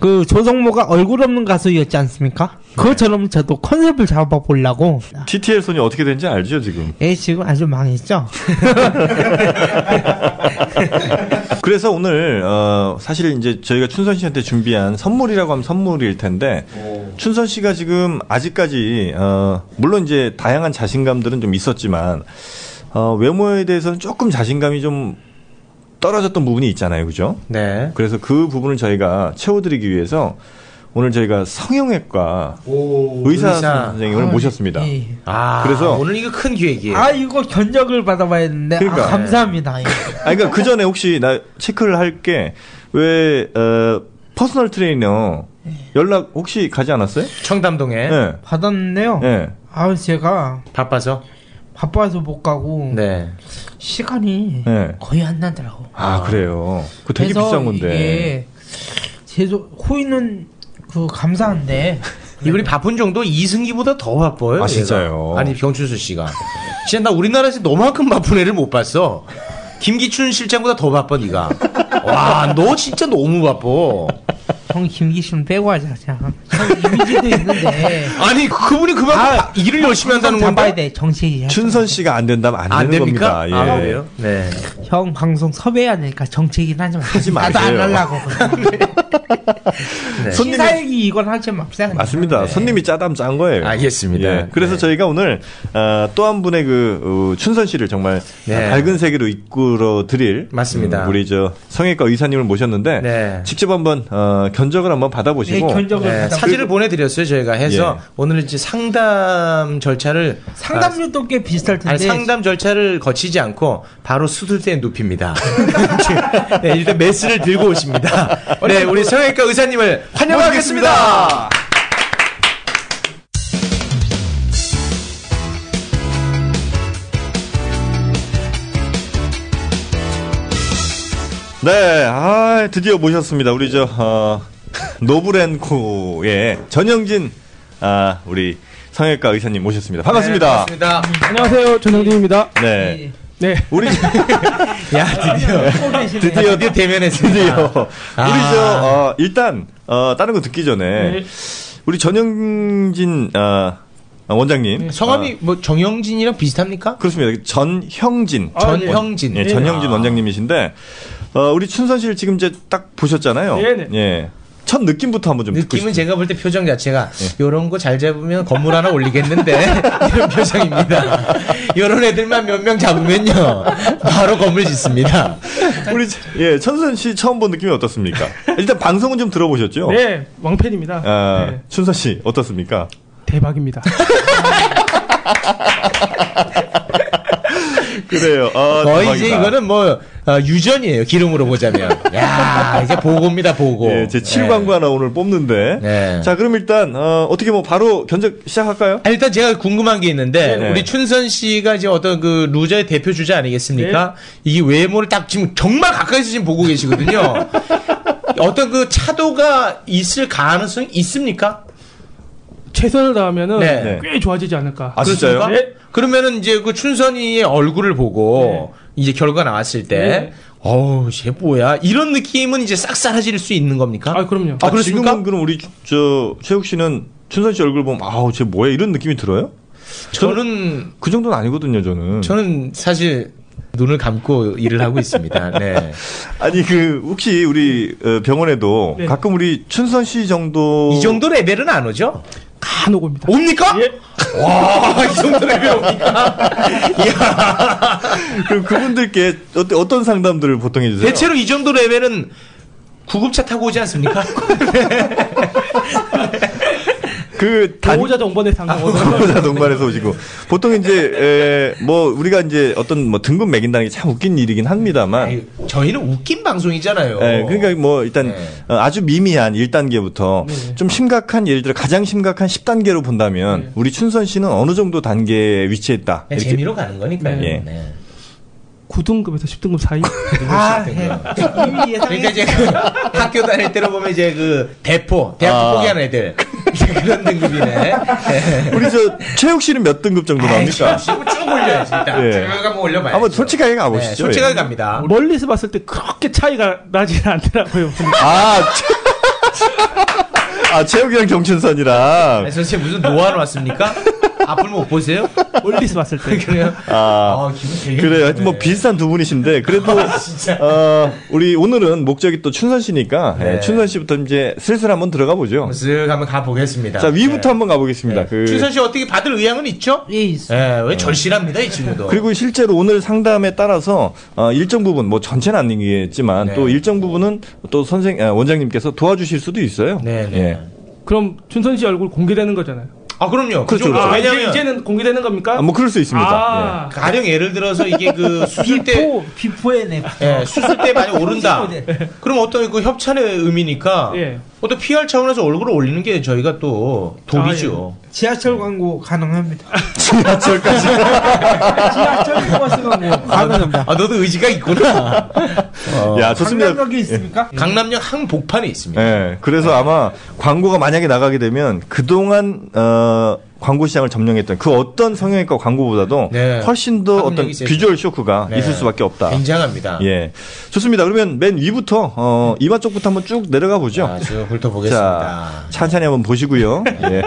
[SPEAKER 6] 그 조성모가 얼굴 없는 가수였지 않습니까?
[SPEAKER 4] 네.
[SPEAKER 6] 그것처럼 저도 컨셉을 잡아보려고.
[SPEAKER 4] TTL 소녀 어떻게 된지 알죠 지금.
[SPEAKER 6] 예, 지금 아주 망했죠?
[SPEAKER 4] 그래서 오늘 어, 사실 이제 저희가 춘선 씨한테 준비한 선물이라고 하면 선물일 텐데 춘선 씨가 지금 아직까지 어, 물론 이제 다양한 자신감들은 좀 있었지만 어, 외모에 대해서는 조금 자신감이 좀 떨어졌던 부분이 있잖아요, 그죠?
[SPEAKER 5] 네.
[SPEAKER 4] 그래서 그 부분을 저희가 채워드리기 위해서 오늘 저희가 성형외과 의사, 선생님을 모셨습니다.
[SPEAKER 6] 예.
[SPEAKER 5] 아,
[SPEAKER 4] 그래서-
[SPEAKER 5] 그래서 오늘 이거 큰 기획이에요.
[SPEAKER 6] 아, 이거 견적을 받아봐야 되는데.
[SPEAKER 4] 그러니까.
[SPEAKER 6] 아, 감사합니다. 예.
[SPEAKER 4] 아, 그러니까 그 전에 혹시 나 체크를 할게 왜 어, 퍼스널 트레이너
[SPEAKER 5] 네.
[SPEAKER 4] 연락 혹시 가지 않았어요?
[SPEAKER 5] 청담동에
[SPEAKER 4] 예.
[SPEAKER 6] 받았는데요.
[SPEAKER 4] 예.
[SPEAKER 6] 아, 제가
[SPEAKER 5] 바빠서.
[SPEAKER 6] 바빠서 못 가고.
[SPEAKER 5] 네.
[SPEAKER 6] 시간이
[SPEAKER 4] 예.
[SPEAKER 6] 거의 안 나더라고.
[SPEAKER 4] 아, 그래요. 그 되게
[SPEAKER 6] 그래서
[SPEAKER 4] 비싼 건데.
[SPEAKER 6] 이게 제조 호의는 그 감사한데
[SPEAKER 5] 이분이 바쁜 정도 이승기보다 더 바빠요.
[SPEAKER 4] 아,
[SPEAKER 5] 얘가.
[SPEAKER 4] 진짜요?
[SPEAKER 5] 아니 경춘수 씨가 진짜 나 우리나라에서 너만큼 바쁜 애를 못 봤어. 김기춘 실장보다 더 바빠 네가. 와, 너 진짜 너무 바빠.
[SPEAKER 6] 형 김기춘 빼고 하자 그냥 형 이미지도 있는데
[SPEAKER 5] 아니 그분이 그만큼 바- 일을 열심히 한다는
[SPEAKER 6] 방송 잡아야
[SPEAKER 5] 건데.
[SPEAKER 6] 돼 정식이야.
[SPEAKER 4] 춘선 씨가 안 된다면 안,
[SPEAKER 5] 안
[SPEAKER 4] 되는
[SPEAKER 5] 됩니까?
[SPEAKER 4] 겁니다. 예.
[SPEAKER 5] 아, 그래요? 네.
[SPEAKER 6] 형 방송 섭외해야 되니까 정책이긴 하지 마. 하지 나도
[SPEAKER 4] 마세요.
[SPEAKER 6] 안 하려고.
[SPEAKER 5] 네.
[SPEAKER 4] 손님이-
[SPEAKER 6] 시사일기 이건 하지 맙시다.
[SPEAKER 4] 맞습니다. 손님이 짜담 짠 거예요.
[SPEAKER 5] 아, 알겠습니다.
[SPEAKER 4] 예. 그래서
[SPEAKER 5] 네.
[SPEAKER 4] 저희가 오늘 또 한 분의 그 어, 춘선 씨를 정말
[SPEAKER 5] 네.
[SPEAKER 4] 밝은 세계로 이끌어 드릴 음,
[SPEAKER 5] 맞습니다.
[SPEAKER 4] 우리 저 성형외과 의사님을 모셨는데
[SPEAKER 5] 네.
[SPEAKER 4] 직접 한번 어, 견적을 한번
[SPEAKER 6] 네,
[SPEAKER 4] 받아보시고
[SPEAKER 6] 견적을
[SPEAKER 5] 네,
[SPEAKER 6] 받아.
[SPEAKER 5] 사진을 보내드렸어요 저희가 해서
[SPEAKER 4] 예.
[SPEAKER 5] 오늘 이제 상담 절차를
[SPEAKER 6] 상담료도 꽤 비쌀 텐데.
[SPEAKER 5] 아니, 상담 절차를 거치지 않고 바로 수술대에 눕힙니다. 네, 일단 메스를 들고 오십니다. 네, 우리 성형외과 의사님을 환영하겠습니다.
[SPEAKER 4] 네, 아, 드디어 모셨습니다. 우리 저, 어, 노브랜코의 전영진, 아, 우리 성형외과 의사님 모셨습니다. 반갑습니다.
[SPEAKER 5] 네, 반갑습니다.
[SPEAKER 2] 안녕하세요 전영진입니다.
[SPEAKER 4] 네.
[SPEAKER 2] 네,
[SPEAKER 4] 우리,
[SPEAKER 5] 야,
[SPEAKER 6] 드디어
[SPEAKER 5] 드디어 드디어 대면했습니다.
[SPEAKER 4] 드디어. 우리 저,
[SPEAKER 5] 아.
[SPEAKER 4] 어, 일단, 어, 다른 거 듣기
[SPEAKER 2] 네.
[SPEAKER 4] 전에, 우리 전영진, 어,
[SPEAKER 2] 네,
[SPEAKER 4] 원장님.
[SPEAKER 5] 성함이 뭐 정영진이랑 비슷합니까?
[SPEAKER 4] 어, 그렇습니다. 전형진.
[SPEAKER 2] 아, 예.
[SPEAKER 5] 전형진.
[SPEAKER 4] 예, 전형진 원장님이신데, 어, 우리 춘선 씨를 지금 이제 딱 보셨잖아요.
[SPEAKER 2] 네네.
[SPEAKER 4] 예. 첫 느낌부터 한번 좀 듣고 예.
[SPEAKER 5] 느낌은
[SPEAKER 4] 싶어요.
[SPEAKER 5] 제가 볼 때 표정 자체가 요런 거 잘 잡으면 건물 하나 올리겠는데 이런 표정입니다. 요런 애들만 몇 명 잡으면요 바로 건물 짓습니다. 네.
[SPEAKER 4] 우리 저- 예 천선 씨 처음 본 느낌이 어떻습니까? 일단 방송은 좀 들어보셨죠?
[SPEAKER 2] 네 왕팬입니다.
[SPEAKER 4] 아,
[SPEAKER 2] 네,
[SPEAKER 4] 춘선 씨 어떻습니까?
[SPEAKER 2] 대박입니다.
[SPEAKER 4] 그래요. 아,
[SPEAKER 5] 거의 이제
[SPEAKER 4] 대박이다.
[SPEAKER 5] 이거는 뭐 어, 유전이에요. 기름으로 보자면. 야 이제 보고입니다 보고.
[SPEAKER 4] 예, 제 7광고 하나 오늘 뽑는데.
[SPEAKER 5] 뭐, 네.
[SPEAKER 4] 자, 그럼 일단, 어, 어떻게 뭐 바로 견적 시작할까요?
[SPEAKER 5] 아, 일단 제가 궁금한 게 있는데
[SPEAKER 4] 네네.
[SPEAKER 5] 우리 춘선 씨가 이제 어떤 그 루저의 대표 주자 아니겠습니까?
[SPEAKER 2] 네.
[SPEAKER 5] 이 외모를 딱 지금 정말 가까이서 지금 보고 계시거든요. 어떤 그 차도가 있을 가능성이 있습니까?
[SPEAKER 2] 최선을 다하면은
[SPEAKER 5] 네.
[SPEAKER 4] 네.
[SPEAKER 2] 꽤 좋아지지 않을까.
[SPEAKER 4] 아, 진짜요?
[SPEAKER 5] 그렇습니까? 그러면은 이제 그 춘선이의 얼굴을 보고 이제 결과 나왔을 때
[SPEAKER 2] 네.
[SPEAKER 5] 어우 쟤 뭐야 이런 느낌은 이제 싹 사라질 수 있는 겁니까?
[SPEAKER 2] 아, 그럼요.
[SPEAKER 5] 아, 그렇습니까?
[SPEAKER 4] 지금은 그럼 우리, 저, 최욱 씨는 춘선 씨 얼굴 보면, 아우, 쟤 뭐야? 이런 느낌이 들어요?
[SPEAKER 5] 저는
[SPEAKER 4] 그 정도는 아니거든요, 저는.
[SPEAKER 5] 저는 사실 눈을 감고 일을 하고 있습니다. 네.
[SPEAKER 4] 아니, 그, 혹시 우리 어, 병원에도
[SPEAKER 2] 네.
[SPEAKER 4] 가끔 우리 춘선 씨 정도.
[SPEAKER 5] 이 정도 레벨은 안 오죠?
[SPEAKER 2] 간혹 옵니다.
[SPEAKER 5] 옵니까? 와, 이 정도 레벨 옵니까? 이야.
[SPEAKER 4] 그럼 그분들께 어때, 어떤 상담들을 보통 해주세요?
[SPEAKER 5] 대체로 이 정도 레벨은 구급차 타고 오지 않습니까?
[SPEAKER 4] 그
[SPEAKER 5] 뭐
[SPEAKER 4] 단,
[SPEAKER 2] 보호자 정번의 상담.
[SPEAKER 5] 아,
[SPEAKER 4] 보호자 동반해서 오시고 보통 이제 에, 뭐 우리가 이제 어떤 뭐 등급 매긴다는 게 참 웃긴 일이긴 합니다만
[SPEAKER 5] 아니, 저희는 웃긴 방송이잖아요.
[SPEAKER 4] 예, 그러니까 뭐 일단
[SPEAKER 5] 네.
[SPEAKER 4] 어, 아주 미미한 1단계부터
[SPEAKER 2] 네.
[SPEAKER 4] 좀 심각한 예를 들어 가장 심각한 10단계로 본다면
[SPEAKER 2] 네.
[SPEAKER 4] 우리 춘선 씨는 어느 정도 단계에 위치했다.
[SPEAKER 5] 그냥 네, 재미로 가는 거니까요.
[SPEAKER 4] 예.
[SPEAKER 5] 네.
[SPEAKER 2] 9등급에서 10등급 사이.
[SPEAKER 5] 아, 예. 그러니까 이제 그 학교 다닐 때로 보면 이제 그 대포, 대학교
[SPEAKER 4] 아.
[SPEAKER 5] 포기한 애들. 그런 등급이네. 예.
[SPEAKER 4] 우리 저 최욱 씨는 몇 등급 정도 나옵니까?
[SPEAKER 5] 아이씨, 이거 쭉 올려야지. 일단
[SPEAKER 4] 그러니까. 예.
[SPEAKER 5] 쭉 한번 올려봐야죠.
[SPEAKER 4] 한번 솔직하게
[SPEAKER 5] 네,
[SPEAKER 4] 가보시죠.
[SPEAKER 5] 솔직하게
[SPEAKER 4] 예.
[SPEAKER 5] 갑니다.
[SPEAKER 2] 멀리서 봤을 때 그렇게 차이가 나지는 않더라고요.
[SPEAKER 4] 아, 최- 아 최욱이랑 경춘선이랑
[SPEAKER 5] 아니, 선생님 무슨 노안 왔습니까? 앞을 못 보세요?
[SPEAKER 2] 멀리서 봤을 때.
[SPEAKER 5] 그래요?
[SPEAKER 4] 아,
[SPEAKER 5] 아, 기분 되게
[SPEAKER 4] 그래요.
[SPEAKER 5] 좋네. 아,
[SPEAKER 4] 하여튼 뭐 비슷한 두 분이신데 그래도 어, 우리 오늘은 목적이 또 춘선 씨니까
[SPEAKER 5] 네.
[SPEAKER 4] 예, 춘선 씨부터 이제 슬슬 한번 들어가 보죠.
[SPEAKER 5] 쓱 한번 가보겠습니다.
[SPEAKER 4] 자 위부터 한번 가보겠습니다.
[SPEAKER 5] 네.
[SPEAKER 4] 그
[SPEAKER 5] 춘선 씨 어떻게 받을 의향은 있죠?
[SPEAKER 6] 예, 있어.
[SPEAKER 5] 예, 왜 절실합니다, 이 친구도.
[SPEAKER 4] 그리고 실제로 오늘 상담에 따라서 어, 일정 부분 뭐 전체는 아니겠지만
[SPEAKER 5] 네.
[SPEAKER 4] 또 일정 부분은 또 선생 아, 원장님께서 도와주실 수도 있어요.
[SPEAKER 5] 네, 네.
[SPEAKER 4] 예.
[SPEAKER 2] 그럼 준선 씨 얼굴 공개되는 거잖아요.
[SPEAKER 5] 아, 그럼요. 그
[SPEAKER 4] 그렇죠,
[SPEAKER 5] 정도.
[SPEAKER 4] 그렇죠.
[SPEAKER 2] 아, 이제,
[SPEAKER 5] 왜냐면
[SPEAKER 2] 이제는 공개되는 겁니까?
[SPEAKER 4] 아, 뭐 그럴 수 있습니다.
[SPEAKER 2] 아,
[SPEAKER 5] 가령 예를 들어서 이게 그 수술 때
[SPEAKER 6] 비포, 비포의 내.
[SPEAKER 2] 어.
[SPEAKER 5] 예, 수술 때 많이 오른다.
[SPEAKER 6] 네.
[SPEAKER 5] 그럼 어떤 그 협찬의 의미니까
[SPEAKER 2] 예.
[SPEAKER 5] 어떤 PR 차원에서 얼굴을 올리는 게 저희가 또 도리죠.
[SPEAKER 6] 지하철 광고 가능합니다.
[SPEAKER 4] 예. 지하철까지.
[SPEAKER 6] 지하철
[SPEAKER 2] 뭐
[SPEAKER 6] 버스 광고
[SPEAKER 2] 예.
[SPEAKER 6] 가능합니다.
[SPEAKER 5] 아, 너도 의지가 있구나. 어,
[SPEAKER 4] 야 좋습니다.
[SPEAKER 6] 강남역이
[SPEAKER 5] 예.
[SPEAKER 6] 있습니까?
[SPEAKER 5] 강남역 항복판에 있습니다.
[SPEAKER 4] 예,
[SPEAKER 5] 네.
[SPEAKER 4] 그래서 아마 광고가 만약에 나가게 되면 그동안 어, 광고 시장을 점령했던 그 어떤 성형외과 광고보다도
[SPEAKER 5] 네.
[SPEAKER 4] 훨씬 더 어떤
[SPEAKER 5] 파급력이 세죠.
[SPEAKER 4] 비주얼 쇼크가
[SPEAKER 5] 네.
[SPEAKER 4] 있을 수밖에 없다.
[SPEAKER 5] 굉장합니다.
[SPEAKER 4] 예, 좋습니다. 그러면 맨 위부터 어, 이마 쪽부터 한번 쭉 내려가 보죠.
[SPEAKER 5] 아주
[SPEAKER 4] 자,
[SPEAKER 5] 훑어보겠습니다.
[SPEAKER 4] 찬찬히 한번 보시고요. 예.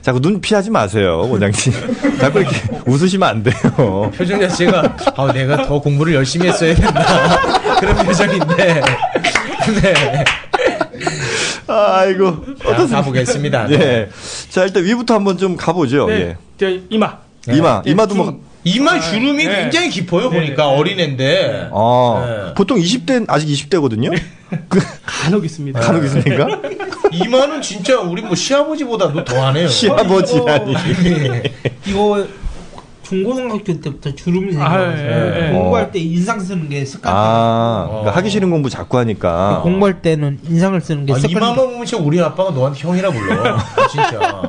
[SPEAKER 4] 자꾸 눈 피하지 마세요, 원장님. 자꾸 이렇게 웃으시면 안 돼요.
[SPEAKER 5] 표정 자체가 아, 내가 더 공부를 열심히 했어야 된다. 그런 표정인데. 네.
[SPEAKER 4] 아이고,
[SPEAKER 5] 자,
[SPEAKER 4] 어떠세요?
[SPEAKER 5] 가보겠습니다.
[SPEAKER 4] 예. 자, 일단 위부터 한번 좀 가보죠.
[SPEAKER 2] 네. 저 이마.
[SPEAKER 4] 어,
[SPEAKER 5] 네.
[SPEAKER 4] 예. 이마, 이마도 뭐.
[SPEAKER 5] 이마 주름이
[SPEAKER 2] 네.
[SPEAKER 5] 굉장히 깊어요, 보니까. 어린애인데.
[SPEAKER 4] 아,
[SPEAKER 5] 네.
[SPEAKER 4] 보통 20대 아직 20대거든요. 그
[SPEAKER 2] 간혹 있습니다.
[SPEAKER 4] 간혹 있으니까
[SPEAKER 5] 이마는 진짜 우리 뭐 시아버지보다도 더하네요.
[SPEAKER 4] 시아버지 아니.
[SPEAKER 6] 이거 중고등학교 때부터 주름이
[SPEAKER 4] 네.
[SPEAKER 6] 생겨가지고
[SPEAKER 2] 아, 예, 예.
[SPEAKER 5] 어.
[SPEAKER 6] 공부할 때 인상 쓰는 게 습관.
[SPEAKER 4] 아, 그러니까 하기 싫은 공부 자꾸 하니까.
[SPEAKER 6] 공부할 때는 인상을 쓰는 게
[SPEAKER 5] 아,
[SPEAKER 6] 습관.
[SPEAKER 5] 이마만 보면 진짜 우리 아빠가 너한테 형이라 불러. 진짜.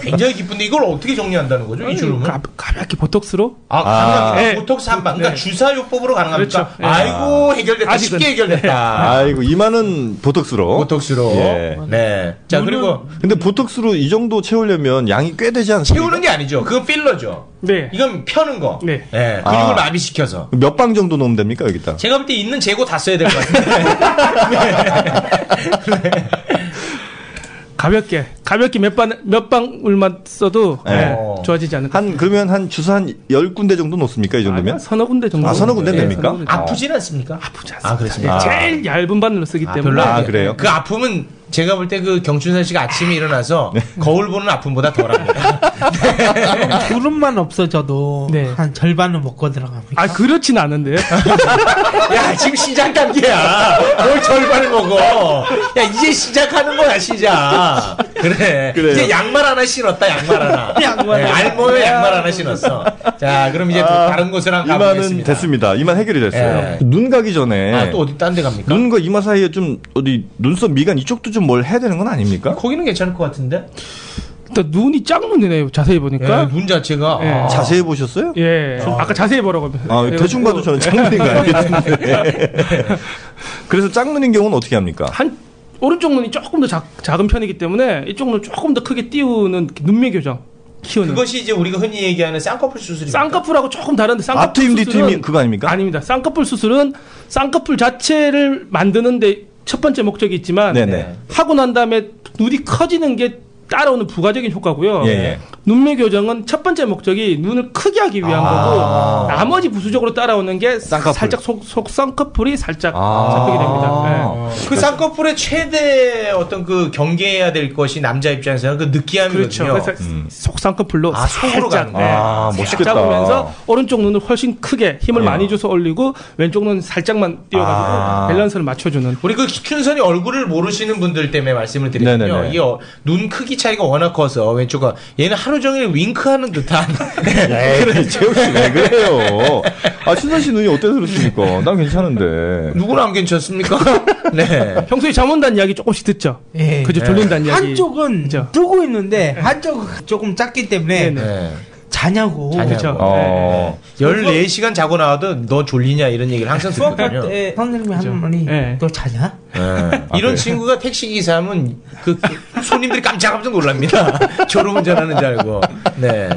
[SPEAKER 5] 굉장히 기쁜데 이걸 어떻게 정리한다는 거죠? 이 주름은?
[SPEAKER 2] 가, 가볍게 보톡스로
[SPEAKER 5] 아,
[SPEAKER 4] 아.
[SPEAKER 5] 가능합니다.
[SPEAKER 2] 네.
[SPEAKER 5] 보톡스 한 방. 그러니까 주사요법으로 가능합니까?
[SPEAKER 2] 그렇죠. 네.
[SPEAKER 5] 아이고, 해결됐다.
[SPEAKER 2] 아직은.
[SPEAKER 5] 쉽게
[SPEAKER 4] 네.
[SPEAKER 5] 해결됐다.
[SPEAKER 4] 아이고 이마는 보톡스로.
[SPEAKER 5] 보톡스로.
[SPEAKER 4] 예.
[SPEAKER 5] 네. 자, 그리고
[SPEAKER 4] 근데 보톡스로 이 정도 채우려면 양이 꽤 되지 않습니까?
[SPEAKER 5] 채우는 게 아니죠. 그건 필러죠.
[SPEAKER 2] 네.
[SPEAKER 5] 이건 펴는 거.
[SPEAKER 2] 네.
[SPEAKER 5] 예, 근육을
[SPEAKER 4] 아.
[SPEAKER 5] 마비시켜서.
[SPEAKER 4] 몇 방 정도 넣으면 됩니까 여기다?
[SPEAKER 5] 제가 볼 때 있는 재고 다 써야 될 것 같은데. 네.
[SPEAKER 2] 가볍게 가볍게 몇방몇 방울만 써도
[SPEAKER 4] 네.
[SPEAKER 2] 네, 좋아지지 않을까.
[SPEAKER 4] 한 그러면 한 주사 한 열 군데 정도 넣습니까 이 정도면?
[SPEAKER 2] 아마 서너 군데 정도.
[SPEAKER 4] 아, 서너 군데는
[SPEAKER 2] 네,
[SPEAKER 4] 됩니까?
[SPEAKER 2] 서너 군데. 네,
[SPEAKER 5] 아프진 않습니까? 아프지 않습니다. 아, 그렇습니까?
[SPEAKER 2] 예.
[SPEAKER 4] 아.
[SPEAKER 2] 제일 얇은 바늘로 쓰기
[SPEAKER 5] 아,
[SPEAKER 2] 때문에
[SPEAKER 5] 별로 안
[SPEAKER 4] 아,
[SPEAKER 5] 돼요.
[SPEAKER 4] 그래요?
[SPEAKER 5] 그 아픔은 제가 볼 때 그 경춘선 씨가 아침에 일어나서 거울 보는 아픔보다 덜합니다.
[SPEAKER 6] 주름만 없어져도
[SPEAKER 2] 네.
[SPEAKER 6] 한 절반은 먹고 들어갑니다.
[SPEAKER 2] 아 그렇진 않은데요.
[SPEAKER 5] 야, 지금 시작 단계야. 뭘 절반을 먹어. 야, 이제 시작하는 거야, 시작. 그래.
[SPEAKER 4] 그래요.
[SPEAKER 5] 이제 양말 하나 신었다, 양말 하나.
[SPEAKER 2] 양말
[SPEAKER 5] 네,
[SPEAKER 2] 하나.
[SPEAKER 5] 알모에 양말 하나 신었어. 자, 그럼 이제 또
[SPEAKER 4] 아,
[SPEAKER 5] 다른 곳으로 한번
[SPEAKER 4] 이마는
[SPEAKER 5] 가보겠습니다.
[SPEAKER 4] 됐습니다. 네. 이마 해결이 됐어요.
[SPEAKER 5] 예.
[SPEAKER 4] 눈 가기 전에
[SPEAKER 5] 아, 또 어디 딴 데 갑니까?
[SPEAKER 4] 눈과 이마 사이에 좀 어디 눈썹 미간 이쪽도 좀 뭘 해야 되는 건 아닙니까?
[SPEAKER 5] 거기는 괜찮을 것 같은데?
[SPEAKER 2] 일단 눈이 짝눈이네요. 자세히 보니까.
[SPEAKER 5] 예, 눈 자체가.
[SPEAKER 2] 예.
[SPEAKER 5] 아.
[SPEAKER 4] 자세히 보셨어요?
[SPEAKER 2] 예. 아까 자세히 보라고. 하면서.
[SPEAKER 4] 아, 대충 봐도 저는 짝눈인 거 알겠는데. 네. 그래서 짝눈인 경우는 어떻게 합니까?
[SPEAKER 2] 한 오른쪽 눈이 조금 더 작, 작은 편이기 때문에 이쪽 눈 조금 더 크게 띄우는 눈매 교정 키우는.
[SPEAKER 5] 그것이 이제 우리가 흔히 얘기하는 쌍꺼풀 수술입니다.
[SPEAKER 2] 쌍꺼풀하고 조금 다른데 쌍꺼풀
[SPEAKER 4] 앞트임 뒤트임이
[SPEAKER 2] 수술은-
[SPEAKER 4] 그거 아닙니까?
[SPEAKER 2] 아닙니다. 쌍꺼풀 수술은 쌍꺼풀 자체를 만드는데 첫 번째 목적이 있지만
[SPEAKER 4] 네네.
[SPEAKER 2] 하고 난 다음에 눈이 커지는 게 따라오는 부가적인 효과고요.
[SPEAKER 4] 예, 예.
[SPEAKER 2] 눈매 교정은 첫 번째 목적이 눈을 크게 하기 위한 거고 나머지 부수적으로 따라오는 게
[SPEAKER 4] 아. 쌍꺼풀.
[SPEAKER 2] 살짝 속, 속 쌍꺼풀이 살짝
[SPEAKER 4] 아.
[SPEAKER 2] 잡히게 됩니다. 예.
[SPEAKER 5] 그 쌍꺼풀의 최대 어떤 그 경계해야 될 것이 남자 입장에서는 그
[SPEAKER 2] 그렇죠.
[SPEAKER 5] 느끼함이거든요.
[SPEAKER 2] 그래서 속 쌍꺼풀로
[SPEAKER 5] 아, 속으로
[SPEAKER 2] 살짝
[SPEAKER 5] 가는 거야.
[SPEAKER 2] 예,
[SPEAKER 4] 아,
[SPEAKER 2] 살짝
[SPEAKER 4] 멋있겠다.
[SPEAKER 2] 잡으면서 오른쪽 눈을 훨씬 크게 힘을
[SPEAKER 4] 예.
[SPEAKER 2] 많이 줘서 올리고 왼쪽 눈은 살짝만 띄워가지고
[SPEAKER 4] 아.
[SPEAKER 2] 밸런스를 맞춰주는
[SPEAKER 5] 우리 그 키춘선이 얼굴을 모르시는 분들 때문에 말씀을 드리면요.
[SPEAKER 4] 네네네.
[SPEAKER 5] 이게 어, 눈 크기 차이가 워낙 커서 왼쪽은 아, 얘는 하루 종일 윙크하는 듯한 네.
[SPEAKER 4] 에이, 재욱 씨왜 그래요? 아, 신선 씨 눈이 어때서 그렇습니까? 난 괜찮은데.
[SPEAKER 5] 누구나 안 괜찮습니까? 네.
[SPEAKER 2] 평소에 잠 온다는 이야기 조금씩 듣죠.
[SPEAKER 6] 예.
[SPEAKER 2] 그죠 졸린다는 이야기.
[SPEAKER 6] 한쪽은
[SPEAKER 2] 그죠.
[SPEAKER 6] 뜨고 있는데 한쪽은 조금 작기 때문에
[SPEAKER 2] 네네.
[SPEAKER 5] 네.
[SPEAKER 6] 자냐고.
[SPEAKER 5] 자냐고.
[SPEAKER 2] 그렇죠.
[SPEAKER 5] 네.
[SPEAKER 4] 어.
[SPEAKER 5] 14시간 자고 나와도 너 졸리냐 이런 얘기를 항상
[SPEAKER 6] 수업
[SPEAKER 5] 듣거든요. 네.
[SPEAKER 6] 할때 선생님이 하는 말이
[SPEAKER 2] 예.
[SPEAKER 6] 너 자냐?
[SPEAKER 4] 아,
[SPEAKER 5] 이런
[SPEAKER 4] 그래요?
[SPEAKER 5] 친구가 택시 기사하면 그 손님들이 깜짝깜짝 놀랍니다. 졸음운전하는 줄 알고. 네.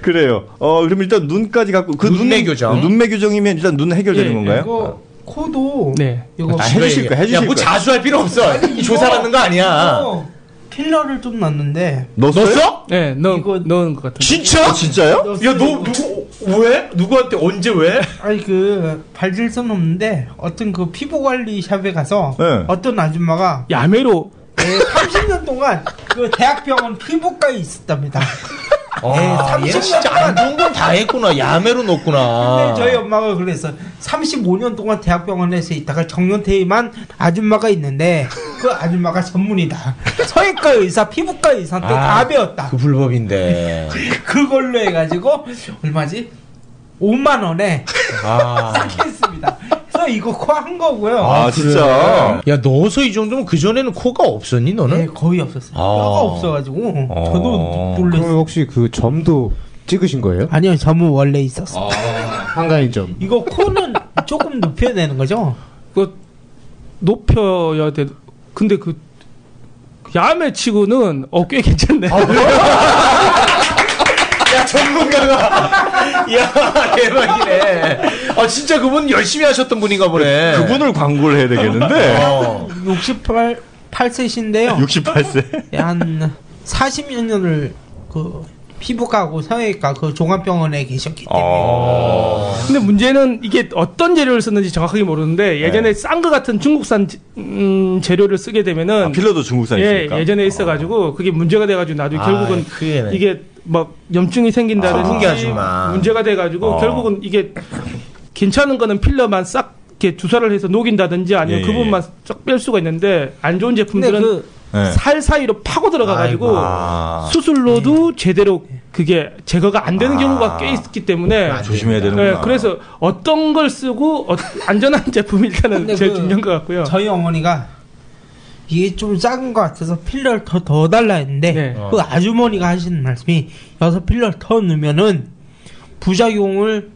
[SPEAKER 4] 그래요. 어, 그럼 일단 눈까지 갖고 그
[SPEAKER 5] 눈매
[SPEAKER 4] 눈-
[SPEAKER 5] 교정.
[SPEAKER 4] 눈매 교정이면 일단 눈 해결되는
[SPEAKER 2] 예,
[SPEAKER 4] 건가요?
[SPEAKER 6] 이거
[SPEAKER 5] 아.
[SPEAKER 6] 코도
[SPEAKER 2] 네.
[SPEAKER 6] 이거
[SPEAKER 4] 아, 해주실 거야, 해주실
[SPEAKER 5] 야, 뭐
[SPEAKER 4] 거야.
[SPEAKER 5] 자수할 필요 없어.
[SPEAKER 6] 이거-
[SPEAKER 5] 조사받는 거뭐 아니야.
[SPEAKER 6] 이거 필러를 어, 좀 넣었는데
[SPEAKER 4] 넣었어요? 아,
[SPEAKER 5] 넣었어?
[SPEAKER 2] 네, 넣은,
[SPEAKER 6] 이거-
[SPEAKER 2] 넣은 것 같은데.
[SPEAKER 5] 진짜?
[SPEAKER 4] 진짜요?
[SPEAKER 5] 야, 너 누구 왜? 누구한테 언제 왜?
[SPEAKER 6] 아니 그 발질 선 없는데 어떤 그 피부 관리 샵에 가서
[SPEAKER 4] 네.
[SPEAKER 6] 어떤 아줌마가 그
[SPEAKER 2] 야매로
[SPEAKER 6] 30년 동안 그 대학병원 피부과에 있었답니다.
[SPEAKER 5] 아, 얘 진짜 안 좋은 건 다 했구나. 야매로
[SPEAKER 6] 근데
[SPEAKER 4] 아.
[SPEAKER 5] 놓구나.
[SPEAKER 6] 저희 엄마가 그래서 35년 동안 대학병원에서 있다가 정년퇴임한 아줌마가 있는데 그 아줌마가 전문이다. 서외과 의사, 피부과 의사한테
[SPEAKER 4] 아.
[SPEAKER 6] 다 배웠다.
[SPEAKER 5] 그 불법인데.
[SPEAKER 6] 그걸로 해가지고 얼마지? 5만 원에
[SPEAKER 5] 아.
[SPEAKER 6] 싸게 했습니다. 그래서 이거 코 한 거고요.
[SPEAKER 4] 아, 진짜.
[SPEAKER 5] 야, 넣어서 이 정도면 그전에는 코가 없었니, 너는?
[SPEAKER 6] 네, 거의 없었어요.
[SPEAKER 5] 아.
[SPEAKER 6] 뼈가 없어가지고
[SPEAKER 4] 어.
[SPEAKER 6] 저도
[SPEAKER 7] 그러면
[SPEAKER 6] 놀랐어요.
[SPEAKER 7] 혹시 그 점도 찍으신 거예요?
[SPEAKER 6] 아니요, 저는 원래 있었어. 요
[SPEAKER 7] 한가인 점.
[SPEAKER 6] 이거 코는 조금 높여야 되는 거죠?
[SPEAKER 2] 그 높여야 돼. 근데 그 야매 치고는 어 꽤 괜찮네.
[SPEAKER 5] 야 전문가가 야 대박이네. 아 진짜 그분 열심히 하셨던 분인가 보네.
[SPEAKER 4] 그분을 광고를 해야 되겠는데.
[SPEAKER 5] 어.
[SPEAKER 6] 68, 8세신데요. 예,
[SPEAKER 4] 68세.
[SPEAKER 6] 한 40년을 그 피부과하고 성형외과 그 종합병원에 계셨기 때문에
[SPEAKER 4] 어.
[SPEAKER 2] 근데 문제는 이게 어떤 재료를 썼는지 정확하게 모르는데 예전에 싼 거 같은 중국산 지- 음, 재료를 쓰게 되면은
[SPEAKER 4] 아, 필러도 중국산이니까.
[SPEAKER 2] 예, 예전에 있어가지고 그게 문제가 돼가지고 나중에
[SPEAKER 5] 아,
[SPEAKER 2] 결국은
[SPEAKER 5] 그게네.
[SPEAKER 2] 이게 막 염증이
[SPEAKER 5] 선풍기
[SPEAKER 2] 생긴다든지
[SPEAKER 5] 아줌마.
[SPEAKER 2] 문제가 돼가지고
[SPEAKER 4] 어.
[SPEAKER 2] 결국은 이게 괜찮은 거는 필러만 싹 이렇게 주사를 해서 녹인다든지 아니면
[SPEAKER 4] 예,
[SPEAKER 2] 그
[SPEAKER 4] 예,
[SPEAKER 2] 부분만 쫙 뺄 수가 있는데 안 좋은
[SPEAKER 6] 근데
[SPEAKER 2] 제품들은
[SPEAKER 6] 그
[SPEAKER 4] 예.
[SPEAKER 2] 살 사이로 파고 들어가가지고
[SPEAKER 4] 아.
[SPEAKER 6] 네.
[SPEAKER 2] 수술로도 제대로 그게 제거가 안 되는
[SPEAKER 4] 아.
[SPEAKER 2] 경우가 꽤 있기 때문에
[SPEAKER 4] 조심해야
[SPEAKER 2] 네,
[SPEAKER 4] 되는구나.
[SPEAKER 2] 그래서 어떤 걸 쓰고 어- 안전한 제품이 일단은
[SPEAKER 6] 근데
[SPEAKER 2] 제일
[SPEAKER 6] 그
[SPEAKER 2] 중요한 것 같고요.
[SPEAKER 6] 저희 어머니가 이게 좀 작은 것 같아서 필러를 더, 더 달라 했는데
[SPEAKER 2] 네.
[SPEAKER 6] 그
[SPEAKER 5] 어.
[SPEAKER 6] 아주머니가 하시는 말씀이 여기서 필러를 더 넣으면은 부작용을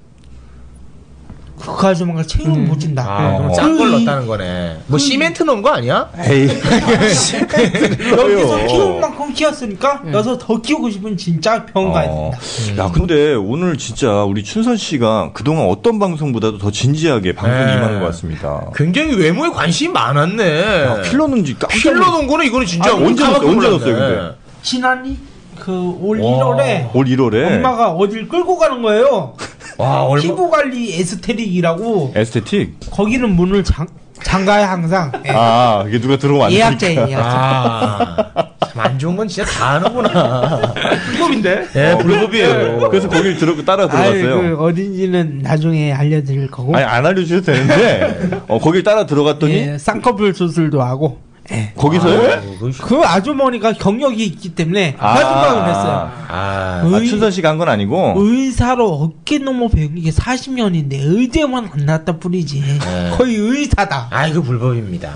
[SPEAKER 6] 그 아주머니가 책임을
[SPEAKER 2] 음.
[SPEAKER 6] 못 진다.
[SPEAKER 5] 아, 그럼
[SPEAKER 4] 어.
[SPEAKER 5] 짠걸
[SPEAKER 6] 그
[SPEAKER 5] 넣었다는 거네. 뭐 시멘트 넣은 거 아니야?
[SPEAKER 4] 에이.
[SPEAKER 6] 여기서
[SPEAKER 5] 어.
[SPEAKER 4] 그래요.
[SPEAKER 6] 키울 만큼 키웠으니까
[SPEAKER 2] 네.
[SPEAKER 6] 여기서 더 키우고 싶으면 진짜 병원 가야
[SPEAKER 4] 어.
[SPEAKER 6] 된다.
[SPEAKER 4] 야, 근데 오늘 진짜 우리 춘선 씨가 그동안 어떤 방송보다도 더 진지하게 방송
[SPEAKER 5] 네.
[SPEAKER 4] 임하는 것 같습니다.
[SPEAKER 5] 굉장히 외모에 관심이 많았네.
[SPEAKER 4] 어. 야, 필러 넣은지 깜짝
[SPEAKER 5] 필러 놓은 거는 이거는 진짜
[SPEAKER 4] 아니, 언제
[SPEAKER 5] 깜빡
[SPEAKER 4] 넣었어요? 언제
[SPEAKER 5] 놀랐네.
[SPEAKER 4] 넣었어요, 근데?
[SPEAKER 6] 지난이 그 올
[SPEAKER 5] 와.
[SPEAKER 6] 1월에
[SPEAKER 4] 올 1월에
[SPEAKER 6] 엄마가 어딜 끌고 가는 거예요.
[SPEAKER 5] 와 네. 얼마?
[SPEAKER 6] 피부 관리 에스테릭이라고
[SPEAKER 4] 에스테틱.
[SPEAKER 6] 거기는 문을 장, 잠가요 항상. 예.
[SPEAKER 4] 아, 이게 누가 들어오면 안 되니까.
[SPEAKER 6] 예약제예요. 예약제.
[SPEAKER 5] 아, 아참안 좋은 건 진짜 다 하는구나.
[SPEAKER 2] 불법인데.
[SPEAKER 5] 예,
[SPEAKER 4] 어,
[SPEAKER 5] 불법이에요.
[SPEAKER 4] 그래서 거길 들어 따라
[SPEAKER 6] 아이,
[SPEAKER 4] 들어갔어요.
[SPEAKER 6] 그 어딘지는 나중에 알려드릴 거고.
[SPEAKER 4] 아니 안 알려주셔도 되는데 어, 거길 따라 들어갔더니
[SPEAKER 6] 예, 쌍꺼풀 예, 수술도 하고
[SPEAKER 5] 아,
[SPEAKER 4] 거기서요?
[SPEAKER 5] 예.
[SPEAKER 6] 그 아주머니가 경력이 있기 때문에
[SPEAKER 4] 아.
[SPEAKER 6] 가중방을 했어요.
[SPEAKER 5] 아,
[SPEAKER 4] 아,
[SPEAKER 6] 의-
[SPEAKER 4] 춘선 씨가 한 건 아니고
[SPEAKER 6] 의사로 어깨 넘어 배운 게 40년인데 의대만 안 나왔다 뿐이지
[SPEAKER 5] 네.
[SPEAKER 6] 거의 의사다.
[SPEAKER 5] 아 이거 불법입니다.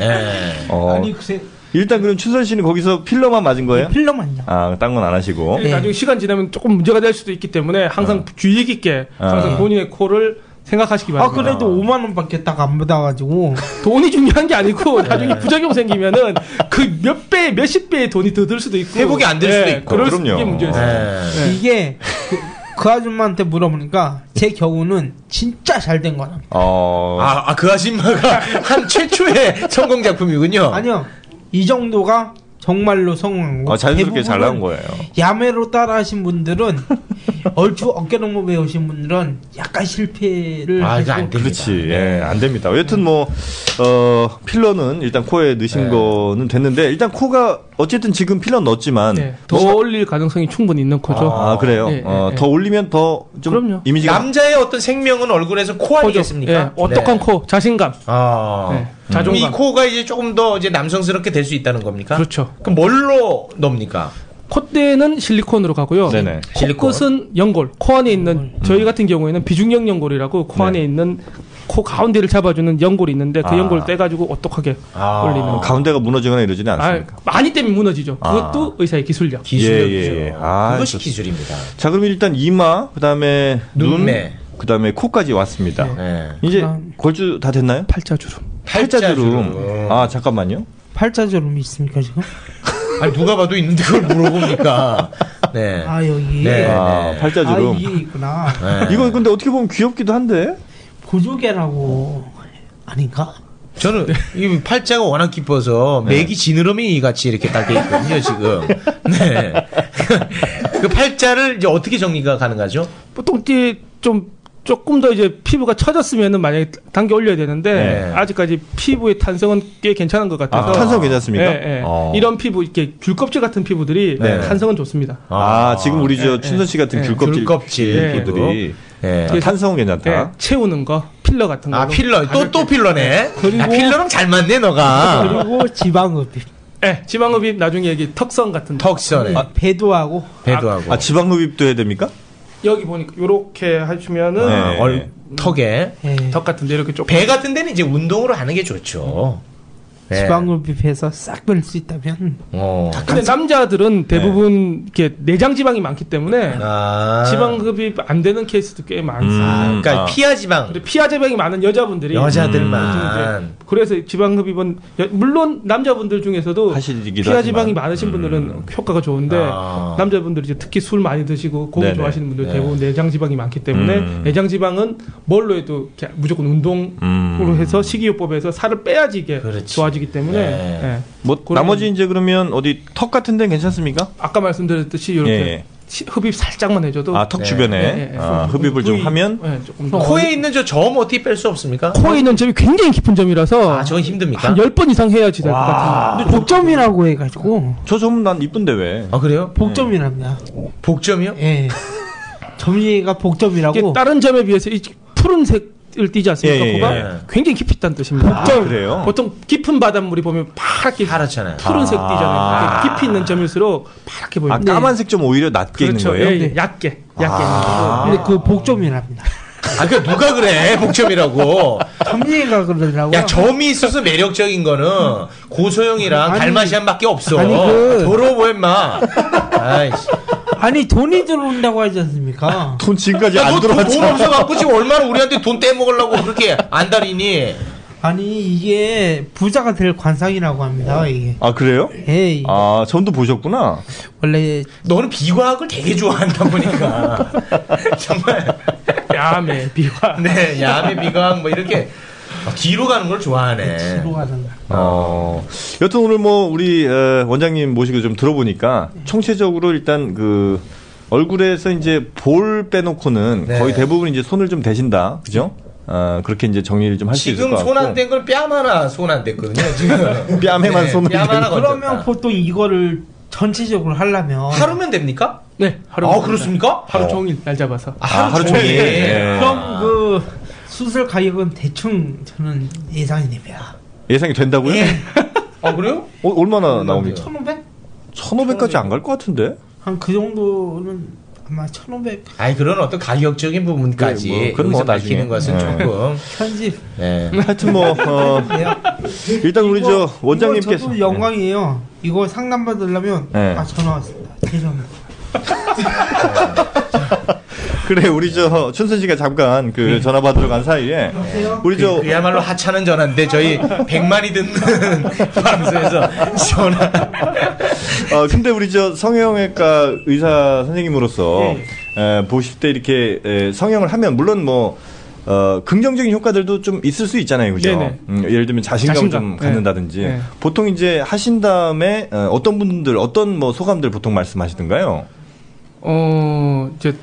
[SPEAKER 5] 예.
[SPEAKER 4] 어,
[SPEAKER 6] 아니 글쎄
[SPEAKER 4] 일단 그럼 춘선 씨는 거기서 필러만 맞은 거예요?
[SPEAKER 6] 필러만요.
[SPEAKER 4] 아, 딴 건 안 하시고.
[SPEAKER 5] 예.
[SPEAKER 6] 네.
[SPEAKER 2] 나중에 시간 지나면 조금 문제가 될 수도 있기 때문에 항상 주의 깊게
[SPEAKER 4] 어.
[SPEAKER 2] 항상 본인의 코를 생각하시기
[SPEAKER 6] 아
[SPEAKER 2] 바랍니다.
[SPEAKER 6] 그래도 5만 원밖에 딱 안 받아가지고
[SPEAKER 2] 돈이 중요한 게 아니고
[SPEAKER 5] 네.
[SPEAKER 2] 나중에 부작용 생기면은 그 몇 배, 몇십 배의 돈이 더 들 수도 있고 예,
[SPEAKER 5] 회복이 안될 수도 있고.
[SPEAKER 2] 그럴 수
[SPEAKER 4] 그럼요.
[SPEAKER 2] 있게 문제였어요.
[SPEAKER 5] 예.
[SPEAKER 2] 네.
[SPEAKER 6] 이게 그, 그 아줌마한테 물어보니까 제 겨우는 진짜 잘 된 거라.
[SPEAKER 4] 어,
[SPEAKER 5] 아, 아, 그 아줌마가 한 최초의 성공
[SPEAKER 4] 어.
[SPEAKER 5] 작품이군요.
[SPEAKER 6] 아니요 이 정도가 정말로 성공한 거.
[SPEAKER 4] 아, 자연스럽게 잘 나온
[SPEAKER 6] 대부분은
[SPEAKER 4] 거예요.
[SPEAKER 6] 야매로 따라하신 분들은 얼추 어깨동무 배우신 분들은 약간 실패를
[SPEAKER 5] 아, 이거
[SPEAKER 6] 해서
[SPEAKER 5] 안 됩니다.
[SPEAKER 4] 그렇지, 예, 안 됩니다. 여튼 뭐, 어, 필러는 일단 코에 넣으신 거는 됐는데, 일단 코가 어쨌든 지금 필러 넣었지만, 뭐,
[SPEAKER 2] 네. 더 올릴 가능성이 충분히 있는 코죠.
[SPEAKER 4] 아, 그래요?
[SPEAKER 2] 예, 예,
[SPEAKER 4] 어,
[SPEAKER 2] 예.
[SPEAKER 4] 더 올리면 더 좀
[SPEAKER 2] 그럼요.
[SPEAKER 4] 이미지가.
[SPEAKER 5] 남자의 어떤 생명은 얼굴에서 코
[SPEAKER 2] 코죠.
[SPEAKER 5] 아니겠습니까?
[SPEAKER 2] 예, 어떡한
[SPEAKER 5] 네.
[SPEAKER 2] 코, 자신감,
[SPEAKER 5] 아.
[SPEAKER 2] 네,
[SPEAKER 5] 그럼 이
[SPEAKER 2] 자존감.
[SPEAKER 5] 코가 이제 조금 더 이제 남성스럽게 될 수 있다는 겁니까?
[SPEAKER 2] 그렇죠.
[SPEAKER 5] 그럼 뭘로 넣습니까?
[SPEAKER 2] 콧대는 실리콘으로 가고요.
[SPEAKER 4] 네네. 음.
[SPEAKER 5] 실리콘.
[SPEAKER 2] 코끝은 연골. 코 안에 있는 저희 같은 경우에는 비중력 연골이라고 코 안에 있는 코 가운데를 잡아주는 연골이 있는데 그
[SPEAKER 4] 네. 아.
[SPEAKER 2] 연골 떼가지고 어떡하게
[SPEAKER 5] 아.
[SPEAKER 2] 올리는.
[SPEAKER 4] 가운데가 무너지거나 이러지는
[SPEAKER 2] 아,
[SPEAKER 4] 않습니까?
[SPEAKER 2] 많이 떼면 무너지죠.
[SPEAKER 4] 아.
[SPEAKER 2] 그것도 의사의 기술력.
[SPEAKER 5] 기술력이죠.
[SPEAKER 4] 예, 예, 예. 아,
[SPEAKER 5] 그것이
[SPEAKER 4] 좋-
[SPEAKER 5] 기술입니다.
[SPEAKER 4] 자, 그럼 일단 이마, 그 다음에 눈,
[SPEAKER 5] 눈매.
[SPEAKER 4] 그 다음에 코까지 왔습니다.
[SPEAKER 5] 네.
[SPEAKER 4] 이제
[SPEAKER 6] 그다음-
[SPEAKER 4] 골주 다 됐나요?
[SPEAKER 2] 팔자주름.
[SPEAKER 4] 팔자주름. 아, 잠깐만요.
[SPEAKER 6] 팔자주름이 있습니까 지금?
[SPEAKER 5] 아니 누가 봐도 있는데 그걸 물어봅니까? 네.
[SPEAKER 6] 아 여기
[SPEAKER 5] 네.
[SPEAKER 4] 아,
[SPEAKER 6] 아
[SPEAKER 4] 팔자주름.
[SPEAKER 6] 이게 있구나
[SPEAKER 5] 네.
[SPEAKER 4] 이거 근데 어떻게 보면 귀엽기도 한데?
[SPEAKER 6] 보조개라고 아닌가?
[SPEAKER 5] 저는
[SPEAKER 4] 네.
[SPEAKER 5] 이 팔자가 워낙 기뻐서 맥이 지느러미 같이 이렇게 딱돼 있거든요 지금. 네. 그 팔자를 이제 어떻게 정리가 가능하죠?
[SPEAKER 2] 보통 이제 좀 조금 더 이제 피부가 처졌으면은 만약에 당겨 올려야 되는데
[SPEAKER 5] 네.
[SPEAKER 2] 아직까지 피부의 탄성은 꽤 괜찮은 것
[SPEAKER 4] 아,
[SPEAKER 2] 같아서.
[SPEAKER 4] 탄성 괜찮습니까?
[SPEAKER 2] 예, 예.
[SPEAKER 4] 어.
[SPEAKER 2] 이런 피부 이렇게 귤껍질 같은 피부들이
[SPEAKER 5] 네.
[SPEAKER 2] 탄성은 좋습니다.
[SPEAKER 4] 아, 지금 우리 저 춘선 씨 같은
[SPEAKER 2] 예.
[SPEAKER 4] 귤껍질
[SPEAKER 5] 귤껍질
[SPEAKER 4] 피부들이
[SPEAKER 5] 예.
[SPEAKER 4] 아, 탄성은 괜찮다.
[SPEAKER 2] 예, 채우는 거, 필러 같은 거.
[SPEAKER 5] 아 필러 또 또 필러네.
[SPEAKER 2] 그리고-
[SPEAKER 5] 아, 필러랑 잘 맞네 너가.
[SPEAKER 6] 그리고 지방흡입
[SPEAKER 2] 예, 지방흡입 나중에 여기 턱선 같은 거.
[SPEAKER 5] 턱선에
[SPEAKER 6] 배도하고
[SPEAKER 5] 배도 하고.
[SPEAKER 4] 아, 지방 흡입도 해야 됩니까?
[SPEAKER 2] 여기 보니까 요렇게 하시면은
[SPEAKER 4] 네.
[SPEAKER 5] 아, 얼- 턱에
[SPEAKER 6] 예,
[SPEAKER 2] 턱 같은데 이렇게 조금
[SPEAKER 5] 배 같은 데는 이제 운동으로 하는 게 좋죠. 네.
[SPEAKER 6] 지방흡입해서 싹 뺄 수 있다면
[SPEAKER 5] 어.
[SPEAKER 2] 근데 남자들은 네. 대부분 이렇게 내장 지방이 많기 때문에
[SPEAKER 5] 아.
[SPEAKER 2] 지방흡입 그- 안 되는 케이스도 꽤 많습니다.
[SPEAKER 5] 아, 그러니까
[SPEAKER 4] 아.
[SPEAKER 5] 피하 지방.
[SPEAKER 2] 근데 피하 재방이 많은 음. 여자분들이
[SPEAKER 4] 음.
[SPEAKER 5] 여자들만.
[SPEAKER 2] 그래서 지방흡입은 여- 물론 남자분들 중에서도
[SPEAKER 4] 하시기도 하지만.
[SPEAKER 2] 피하
[SPEAKER 4] 음.
[SPEAKER 2] 지방이 많으신 분들은 효과가 좋은데
[SPEAKER 5] 아.
[SPEAKER 2] 남자분들이 이제 특히 술 많이 드시고 고기
[SPEAKER 4] 네네.
[SPEAKER 2] 좋아하시는 분들 대부분 내장 지방이 많기 때문에
[SPEAKER 4] 음.
[SPEAKER 2] 내장 지방은 뭘로 해도 이렇게 무조건 운동으로
[SPEAKER 4] 음.
[SPEAKER 2] 해서 식이요법에서 살을 빼야지 이게
[SPEAKER 5] 그렇지.
[SPEAKER 2] 좋아지기 때문에
[SPEAKER 5] 네.
[SPEAKER 2] 예.
[SPEAKER 4] 뭐
[SPEAKER 2] 그런-
[SPEAKER 4] 나머지 이제 그러면 어디 턱 같은 데는 괜찮습니까?
[SPEAKER 2] 아까 말씀드렸듯이 이렇게
[SPEAKER 4] 예, 예.
[SPEAKER 2] 시- 흡입 살짝만 해줘도
[SPEAKER 4] 아, 턱
[SPEAKER 5] 네.
[SPEAKER 4] 주변에
[SPEAKER 2] 예, 예, 예.
[SPEAKER 4] 아,
[SPEAKER 2] 좀-
[SPEAKER 4] 흡입을
[SPEAKER 2] 부위-
[SPEAKER 4] 좀 하면
[SPEAKER 2] 예, 조금 더
[SPEAKER 5] 코에 있는 저 점 어떻게 뺄 수 없습니까?
[SPEAKER 2] 코에 있는 점이 굉장히 깊은 점이라서
[SPEAKER 5] 아, 저건 힘듭니까?
[SPEAKER 2] 한 10번 이상 해야지 될 것 같아요.
[SPEAKER 6] 근데 복점이라고 해가지고
[SPEAKER 4] 저 점은 난 이쁜데 왜?
[SPEAKER 5] 아, 그래요?
[SPEAKER 6] 복점이랍니다
[SPEAKER 5] 복점이요?
[SPEAKER 6] 예 점리가 복점이라고
[SPEAKER 2] 이게 다른 점에 비해서 이 푸른색을 띠지 않습니까?
[SPEAKER 4] 예, 예,
[SPEAKER 2] 코가
[SPEAKER 5] 예.
[SPEAKER 2] 굉장히 깊었다는 뜻입니다.
[SPEAKER 4] 아, 그래요?
[SPEAKER 2] 보통 깊은 바닷물이 보면 파랗게
[SPEAKER 5] 파랗잖아요.
[SPEAKER 2] 푸른색 띠잖아요. 이렇게 깊이 있는 점일수록
[SPEAKER 4] 아,
[SPEAKER 2] 파랗게 보입니다.
[SPEAKER 4] 까만색 좀 오히려 낮게
[SPEAKER 2] 그렇죠.
[SPEAKER 4] 있는 거예요? 아.
[SPEAKER 2] 예, 예. 얕게, 얕게.
[SPEAKER 6] 근데 그 복점이랍니다
[SPEAKER 5] 아, 그 누가 그래? 복점이라고.
[SPEAKER 6] 점리가 그러더라고요
[SPEAKER 5] 야, 점이 있어서 매력적인 거는 고소영이랑
[SPEAKER 6] 아니,
[SPEAKER 5] 달마시안밖에 없어.
[SPEAKER 6] 아니, 그-
[SPEAKER 5] 더러워 보인 마. 아이씨.
[SPEAKER 6] 아니 돈이 들어온다고 하지 않습니까
[SPEAKER 4] 돈 지금까지
[SPEAKER 5] 야,
[SPEAKER 4] 안
[SPEAKER 5] 너돈
[SPEAKER 4] 들어왔잖아.
[SPEAKER 5] 없어갖고 지금 얼마나 우리한테 돈 떼먹으려고 그렇게 안달이니?
[SPEAKER 6] 아니 이게 부자가 될 관상이라고 합니다 이게 예,
[SPEAKER 4] 아, 그래요?
[SPEAKER 6] 에이
[SPEAKER 4] 아, 점도 보셨구나.
[SPEAKER 6] 원래
[SPEAKER 5] 너는 비과학을 되게 좋아한다 보니까. 정말.
[SPEAKER 2] 야매, 비화.
[SPEAKER 5] 네, 야매 비과학 뭐 이렇게. 아, 뒤로 가는 걸 좋아하네.
[SPEAKER 6] 들어가는
[SPEAKER 4] 어. 여튼 오늘 뭐 우리 에, 원장님 모시고 좀 들어보니까 총체적으로 일단 그 얼굴에서 이제 볼 빼놓고는
[SPEAKER 5] 네.
[SPEAKER 4] 거의 대부분 이제 손을 좀 대신다. 그죠? 아, 그렇게 이제 정리를 좀 할 수 있을 것
[SPEAKER 5] 지금
[SPEAKER 4] 같고.
[SPEAKER 5] 손 안 댄 걸 뺨 하나 손 안 댔거든요. 지금 네,
[SPEAKER 4] 뺨에만 손을
[SPEAKER 5] 뺨 하나
[SPEAKER 4] 댄
[SPEAKER 6] 그러면
[SPEAKER 5] 건졌다.
[SPEAKER 6] 보통 이거를 전체적으로 하려면
[SPEAKER 5] 하루면 됩니까?
[SPEAKER 2] 네, 하루.
[SPEAKER 5] 아 그렇습니까?
[SPEAKER 4] 어.
[SPEAKER 2] 하루 종일 날 잡아서.
[SPEAKER 5] 아,
[SPEAKER 4] 아, 하루 종일.
[SPEAKER 5] 네.
[SPEAKER 4] 예.
[SPEAKER 6] 그럼 그 수술 가격은 대충 저는 예상이 됩니다.
[SPEAKER 4] 예상이 된다고요?
[SPEAKER 5] 아 그래요?
[SPEAKER 4] 어, 얼마나 나옵니까?
[SPEAKER 6] 1500?
[SPEAKER 4] 1,500까지 안 갈 것 같은데?
[SPEAKER 6] 한 그 정도는 아마 1500
[SPEAKER 5] 아니 그런 어떤 가격적인 부분까지
[SPEAKER 4] 네, 뭐, 그건 뭐
[SPEAKER 5] 여기서
[SPEAKER 4] 나중에.
[SPEAKER 5] 밝히는 것은
[SPEAKER 4] 네.
[SPEAKER 5] 조금
[SPEAKER 6] 편집.
[SPEAKER 5] 네.
[SPEAKER 4] 하여튼 뭐 어, 일단 우리
[SPEAKER 6] 이거-
[SPEAKER 4] 저 원장님께서
[SPEAKER 6] 이거 저도 영광이에요. 이거 상담 받으려면
[SPEAKER 4] 네.
[SPEAKER 6] 아 전화 왔습니다. 죄송합니다.
[SPEAKER 4] 그래 우리 저 춘선 씨가 잠깐 그 전화 받으러 간 사이에 우리 저
[SPEAKER 5] 그, 그야말로 하찮은 전화인데 저희 100만이 듣는 방송에서 전화
[SPEAKER 4] 어, 근데 우리 저 성형외과 의사 선생님으로서
[SPEAKER 2] 네.
[SPEAKER 4] 에, 보실 때 이렇게 에, 성형을 하면 물론 뭐 어, 긍정적인 효과들도 좀 있을 수 있잖아요, 그죠?
[SPEAKER 2] 네네.
[SPEAKER 4] 음, 예를 들면 자신감을
[SPEAKER 2] 자신감.
[SPEAKER 4] 좀
[SPEAKER 2] 네.
[SPEAKER 4] 갖는다든지
[SPEAKER 2] 네.
[SPEAKER 4] 보통 이제 하신 다음에 어, 어떤 분들 어떤 뭐 소감들 보통 말씀하시던가요?
[SPEAKER 2] 어 이제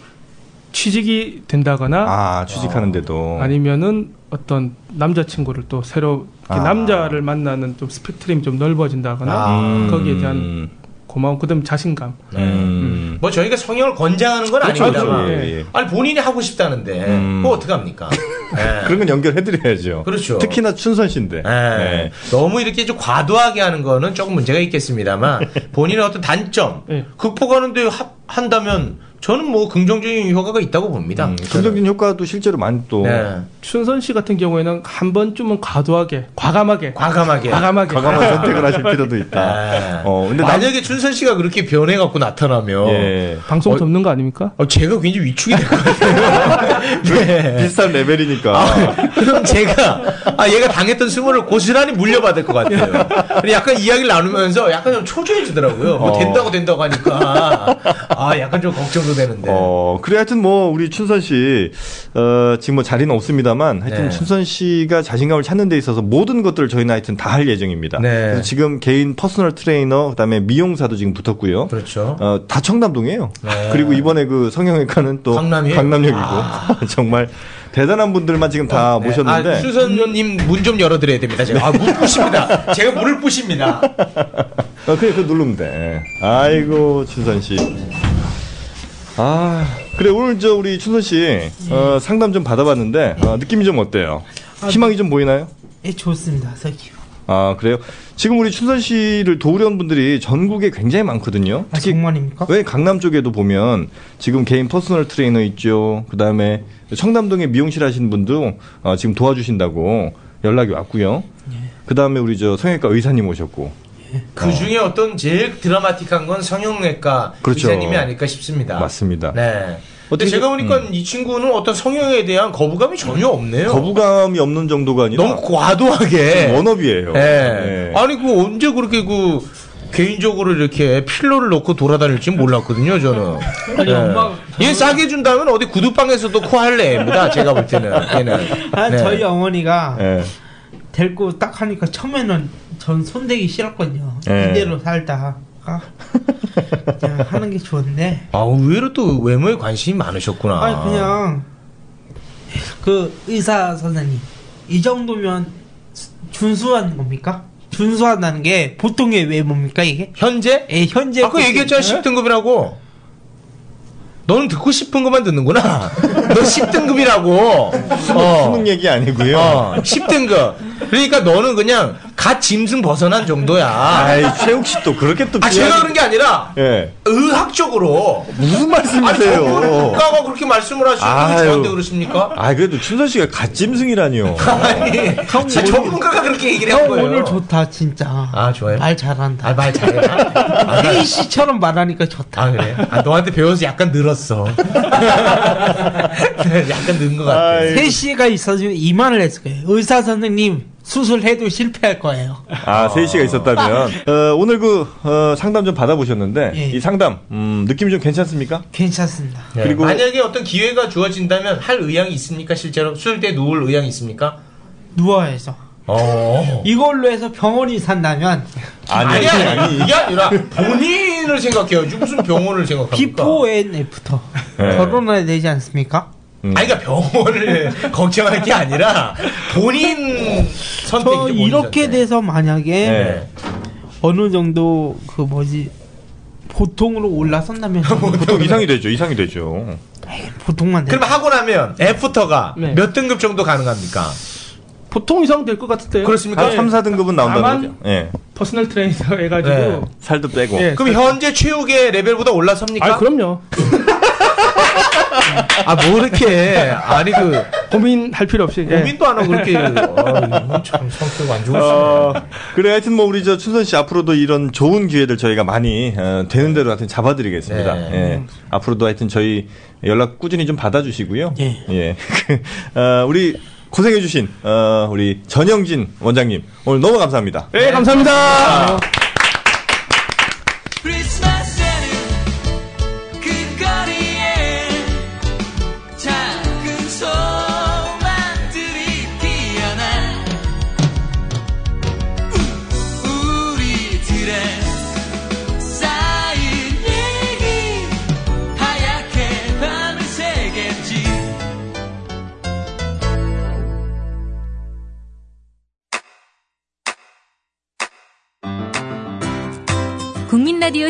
[SPEAKER 2] 취직이 된다거나
[SPEAKER 4] 아 취직하는데도
[SPEAKER 2] 아. 니면은 어떤 남자친구를 또 새로 이렇게
[SPEAKER 4] 아.
[SPEAKER 2] 남자를 만나는 좀 스펙트럼이 좀 넓어진다거나
[SPEAKER 4] 음,
[SPEAKER 2] 거기에 대한 네. 고마움 그다음 자신감
[SPEAKER 4] 음, 음.
[SPEAKER 5] 뭐 저희가 성형을 권장하는 건
[SPEAKER 2] 그렇죠,
[SPEAKER 5] 아닙니다만
[SPEAKER 2] 그렇죠.
[SPEAKER 4] 예, 예.
[SPEAKER 5] 아니 본인이 하고 싶다는데
[SPEAKER 4] 음.
[SPEAKER 5] 그거 어떡합니까 예.
[SPEAKER 4] 그런 건 연결해드려야죠.
[SPEAKER 5] 그렇죠.
[SPEAKER 4] 특히나 춘선 씨인데.
[SPEAKER 5] 예.
[SPEAKER 4] 네.
[SPEAKER 5] 너무 이렇게 좀 과도하게 하는 거는 조금 문제가 있겠습니다만 본인의 어떤 단점
[SPEAKER 2] 예.
[SPEAKER 5] 극복하는데 합- 한다면 저는 뭐 긍정적인 효과가 있다고 봅니다.
[SPEAKER 4] 음, 긍정적인 효과도 실제로 많이 또
[SPEAKER 5] 네.
[SPEAKER 2] 춘선 씨 같은 경우에는 한 번쯤은 과도하게 과감하게
[SPEAKER 5] 예, 과감하게.
[SPEAKER 2] 과감하게
[SPEAKER 4] 과감한 선택을 하실 필요도 있다.
[SPEAKER 5] 예.
[SPEAKER 4] 어, 근데 남-
[SPEAKER 5] 만약에 춘선 씨가 그렇게 변해갖고 나타나면
[SPEAKER 4] 예.
[SPEAKER 2] 방송
[SPEAKER 5] 어,
[SPEAKER 2] 접는 거 아닙니까?
[SPEAKER 5] 어, 제가 굉장히 위축이 될 것 같아요. 네. 아,
[SPEAKER 4] 비슷한 레벨이니까.
[SPEAKER 5] 그럼 제가 아 얘가 당했던 수모를 고스란히 물려받을 것 같아요. 근데 약간 이야기를 나누면서 약간 좀 초조해지더라고요. 뭐
[SPEAKER 4] 어.
[SPEAKER 5] 된다고 된다고 하니까 아 약간 좀 걱정도 되는데.
[SPEAKER 4] 어, 그래 하여튼 뭐 우리 춘선 씨 어, 지금 뭐 자리는 없습니다만 하여튼
[SPEAKER 5] 네.
[SPEAKER 4] 춘선 씨가 자신감을 찾는 데 있어서 모든 것들을 저희는 하여튼 다 할 예정입니다.
[SPEAKER 5] 네.
[SPEAKER 4] 그래서 지금 개인 퍼스널 트레이너 그다음에 미용사도 지금 붙었고요.
[SPEAKER 5] 그렇죠.
[SPEAKER 4] 어, 다 청담동이에요.
[SPEAKER 5] 네.
[SPEAKER 4] 그리고 이번에 그 성형외과는 또
[SPEAKER 5] 강남이에요? 아.
[SPEAKER 4] 강남역이고 정말 대단한 분들만 지금 다
[SPEAKER 5] 네.
[SPEAKER 4] 모셨는데
[SPEAKER 5] 아, 수선님 문 좀 열어드려야 됩니다. 제가 아, 문 부십니다. 제가 문을 부십니다.
[SPEAKER 4] 어, 그래, 그 누르면 돼. 아이고, 춘선 씨. 아, 그래, 오늘 저 우리 춘선 씨, 어, 상담 좀 받아봤는데, 어, 느낌이 좀 어때요? 희망이 좀 보이나요?
[SPEAKER 6] 예, 좋습니다. 서기.
[SPEAKER 4] 아, 그래요? 지금 우리 춘선 씨를 도우려는 분들이 전국에 굉장히 많거든요.
[SPEAKER 6] 아, 정말입니까?
[SPEAKER 4] 왜 강남 쪽에도 보면 지금 개인 퍼스널 트레이너 있죠. 그 다음에 청담동에 미용실 하신 분도 어, 지금 도와주신다고 연락이 왔고요. 그 다음에 우리 저 성형외과 의사님 오셨고.
[SPEAKER 5] 그 중에 어떤 제일 드라마틱한 건 성형외과
[SPEAKER 4] 그렇죠.
[SPEAKER 5] 의사님이 아닐까 싶습니다.
[SPEAKER 4] 맞습니다.
[SPEAKER 5] 네. 근데
[SPEAKER 4] 어떻게
[SPEAKER 5] 제가
[SPEAKER 4] 좀-
[SPEAKER 5] 보니까 이 친구는 어떤 성형에 대한 거부감이 전혀 없네요.
[SPEAKER 4] 거부감이 없는 정도가 아니라
[SPEAKER 5] 예. 너무 과도하게.
[SPEAKER 4] 원업이에요.
[SPEAKER 5] 예.
[SPEAKER 4] 예.
[SPEAKER 5] 아니 그 언제 그렇게 그 개인적으로 이렇게 필러를 넣고 돌아다닐지 몰랐거든요 저는. 예. 얘 싸게 준다면 어디 구두방에서도 코 할래입니다. 제가 볼 때는. 얘는.
[SPEAKER 6] 아,
[SPEAKER 5] 네.
[SPEAKER 6] 저희 어머니가
[SPEAKER 4] 예.
[SPEAKER 6] 데리고 딱 하니까 처음에는 전 손대기 싫었거든요.
[SPEAKER 4] 예.
[SPEAKER 6] 이대로 살다가 아, 그냥 하는 게 좋은데.
[SPEAKER 5] 아 의외로 또 외모에 관심이 많으셨구나.
[SPEAKER 6] 아니 그냥 그 의사 선생님 이 정도면 수- 준수한 겁니까? 준수한다는 게 보통의 외모입니까 이게?
[SPEAKER 5] 현재?
[SPEAKER 6] 예, 현재
[SPEAKER 5] 아까 그 얘기했잖아 10등급이라고. 너는 듣고 싶은 것만 듣는구나. 너 10등급이라고.
[SPEAKER 4] 수능 뭐 얘기 아니고요.
[SPEAKER 5] 어, 10등급. 그러니까 너는 그냥 갓 짐승 벗어난 정도야. 아,
[SPEAKER 4] 아이 최욱 씨 또 그렇게 또
[SPEAKER 5] 제가
[SPEAKER 4] 비하해-
[SPEAKER 5] 그런 게 아니라
[SPEAKER 4] 예.
[SPEAKER 5] 의학적으로
[SPEAKER 4] 무슨
[SPEAKER 5] 아니
[SPEAKER 4] 말씀이세요?
[SPEAKER 5] 전문가가 그렇게 말씀을 하시는데 왜
[SPEAKER 4] 아유.
[SPEAKER 5] 저한테 그러십니까?
[SPEAKER 4] 아 그래도 춘선 씨가 갓짐승이라니요.
[SPEAKER 5] 그 아니, 진짜 전문가가 그렇게 얘기를 한
[SPEAKER 6] 형 오늘
[SPEAKER 5] 거예요.
[SPEAKER 6] 좋다 진짜.
[SPEAKER 5] 아, 좋아요?
[SPEAKER 6] 말 잘한다.
[SPEAKER 5] 아, 말 잘해. 아,
[SPEAKER 6] 헤이 씨처럼 말하니까 좋다.
[SPEAKER 5] 아 그래? 아 너한테 배워서 약간 늘었어. 약간 는 것 같아. 예.
[SPEAKER 4] 아이,
[SPEAKER 6] 헤이 씨가 있었으면 이만을 했을 거예요. 의사 선생님 수술해도 실패할 거예요.
[SPEAKER 4] 아 세이씨가
[SPEAKER 5] 아.
[SPEAKER 4] 있었다면 어, 오늘 그 어, 상담 좀 받아보셨는데
[SPEAKER 6] 예.
[SPEAKER 4] 이 상담 음, 느낌이 좀 괜찮습니까?
[SPEAKER 6] 괜찮습니다.
[SPEAKER 5] 네.
[SPEAKER 4] 그리고-
[SPEAKER 5] 만약에 어떤 기회가 주어진다면 할 의향이 있습니까? 실제로 수술 때 누울 의향이 있습니까?
[SPEAKER 6] 누워야죠.
[SPEAKER 5] 어.
[SPEAKER 6] 이걸로 해서 병원이 산다면
[SPEAKER 5] 그러니까. 아니 아니 아니 이게 아니라 본인을 생각해야지 무슨 병원을 생각합니까?
[SPEAKER 6] 비포 앤 애프터
[SPEAKER 4] 네.
[SPEAKER 6] 결혼해야 되지 않습니까?
[SPEAKER 5] 아니 그러니까 병원을 걱정할 게 아니라 본인 선택이죠.
[SPEAKER 6] 저
[SPEAKER 5] 본인
[SPEAKER 6] 이렇게
[SPEAKER 5] 선택.
[SPEAKER 6] 돼서 만약에
[SPEAKER 4] 예.
[SPEAKER 5] 네.
[SPEAKER 6] 어느 정도 그 뭐지 보통으로 올라선다면
[SPEAKER 4] 보통 이상이 되죠. 이상이 되죠.
[SPEAKER 6] 보통만 돼.
[SPEAKER 5] 그럼 하고 나면 애프터가
[SPEAKER 2] 네.
[SPEAKER 5] 몇 등급 정도 가능합니까?
[SPEAKER 2] 보통 이상 될 것 같은데요.
[SPEAKER 5] 그렇습니까?
[SPEAKER 4] 한 3, 4등급은 나온다는
[SPEAKER 2] 다만-
[SPEAKER 4] 거죠. 예.
[SPEAKER 2] 퍼스널 트레이너 해가지고.
[SPEAKER 5] 네.
[SPEAKER 4] 살도 빼고.
[SPEAKER 2] 예.
[SPEAKER 5] 그럼 현재 최욱의 레벨보다 올라섭니까?
[SPEAKER 2] 아 그럼요.
[SPEAKER 5] 아, 뭐 이렇게. 아니, 그,
[SPEAKER 2] 고민할 필요 없이. 예.
[SPEAKER 5] 고민도 안 하고 그렇게. 아, 참 성격 안 좋으시네.
[SPEAKER 4] 어, 그래 하여튼 뭐 우리 저 춘선 씨 앞으로도 이런 좋은 기회들 저희가 많이 어, 되는 대로 하여튼 잡아드리겠습니다.
[SPEAKER 5] 네.
[SPEAKER 4] 예. 앞으로도 하여튼 저희 연락 꾸준히 좀 받아주시고요.
[SPEAKER 6] 예.
[SPEAKER 4] 그, 어, 우리 고생해주신 어, 우리 전영진 원장님 오늘 너무 네, 감사합니다.
[SPEAKER 2] 예, 감사합니다.
[SPEAKER 8] 작은 소망들이 피어나 우- 우리들의 쌓인 얘기 하얗게 밤을 새겠지
[SPEAKER 9] 국민 라디오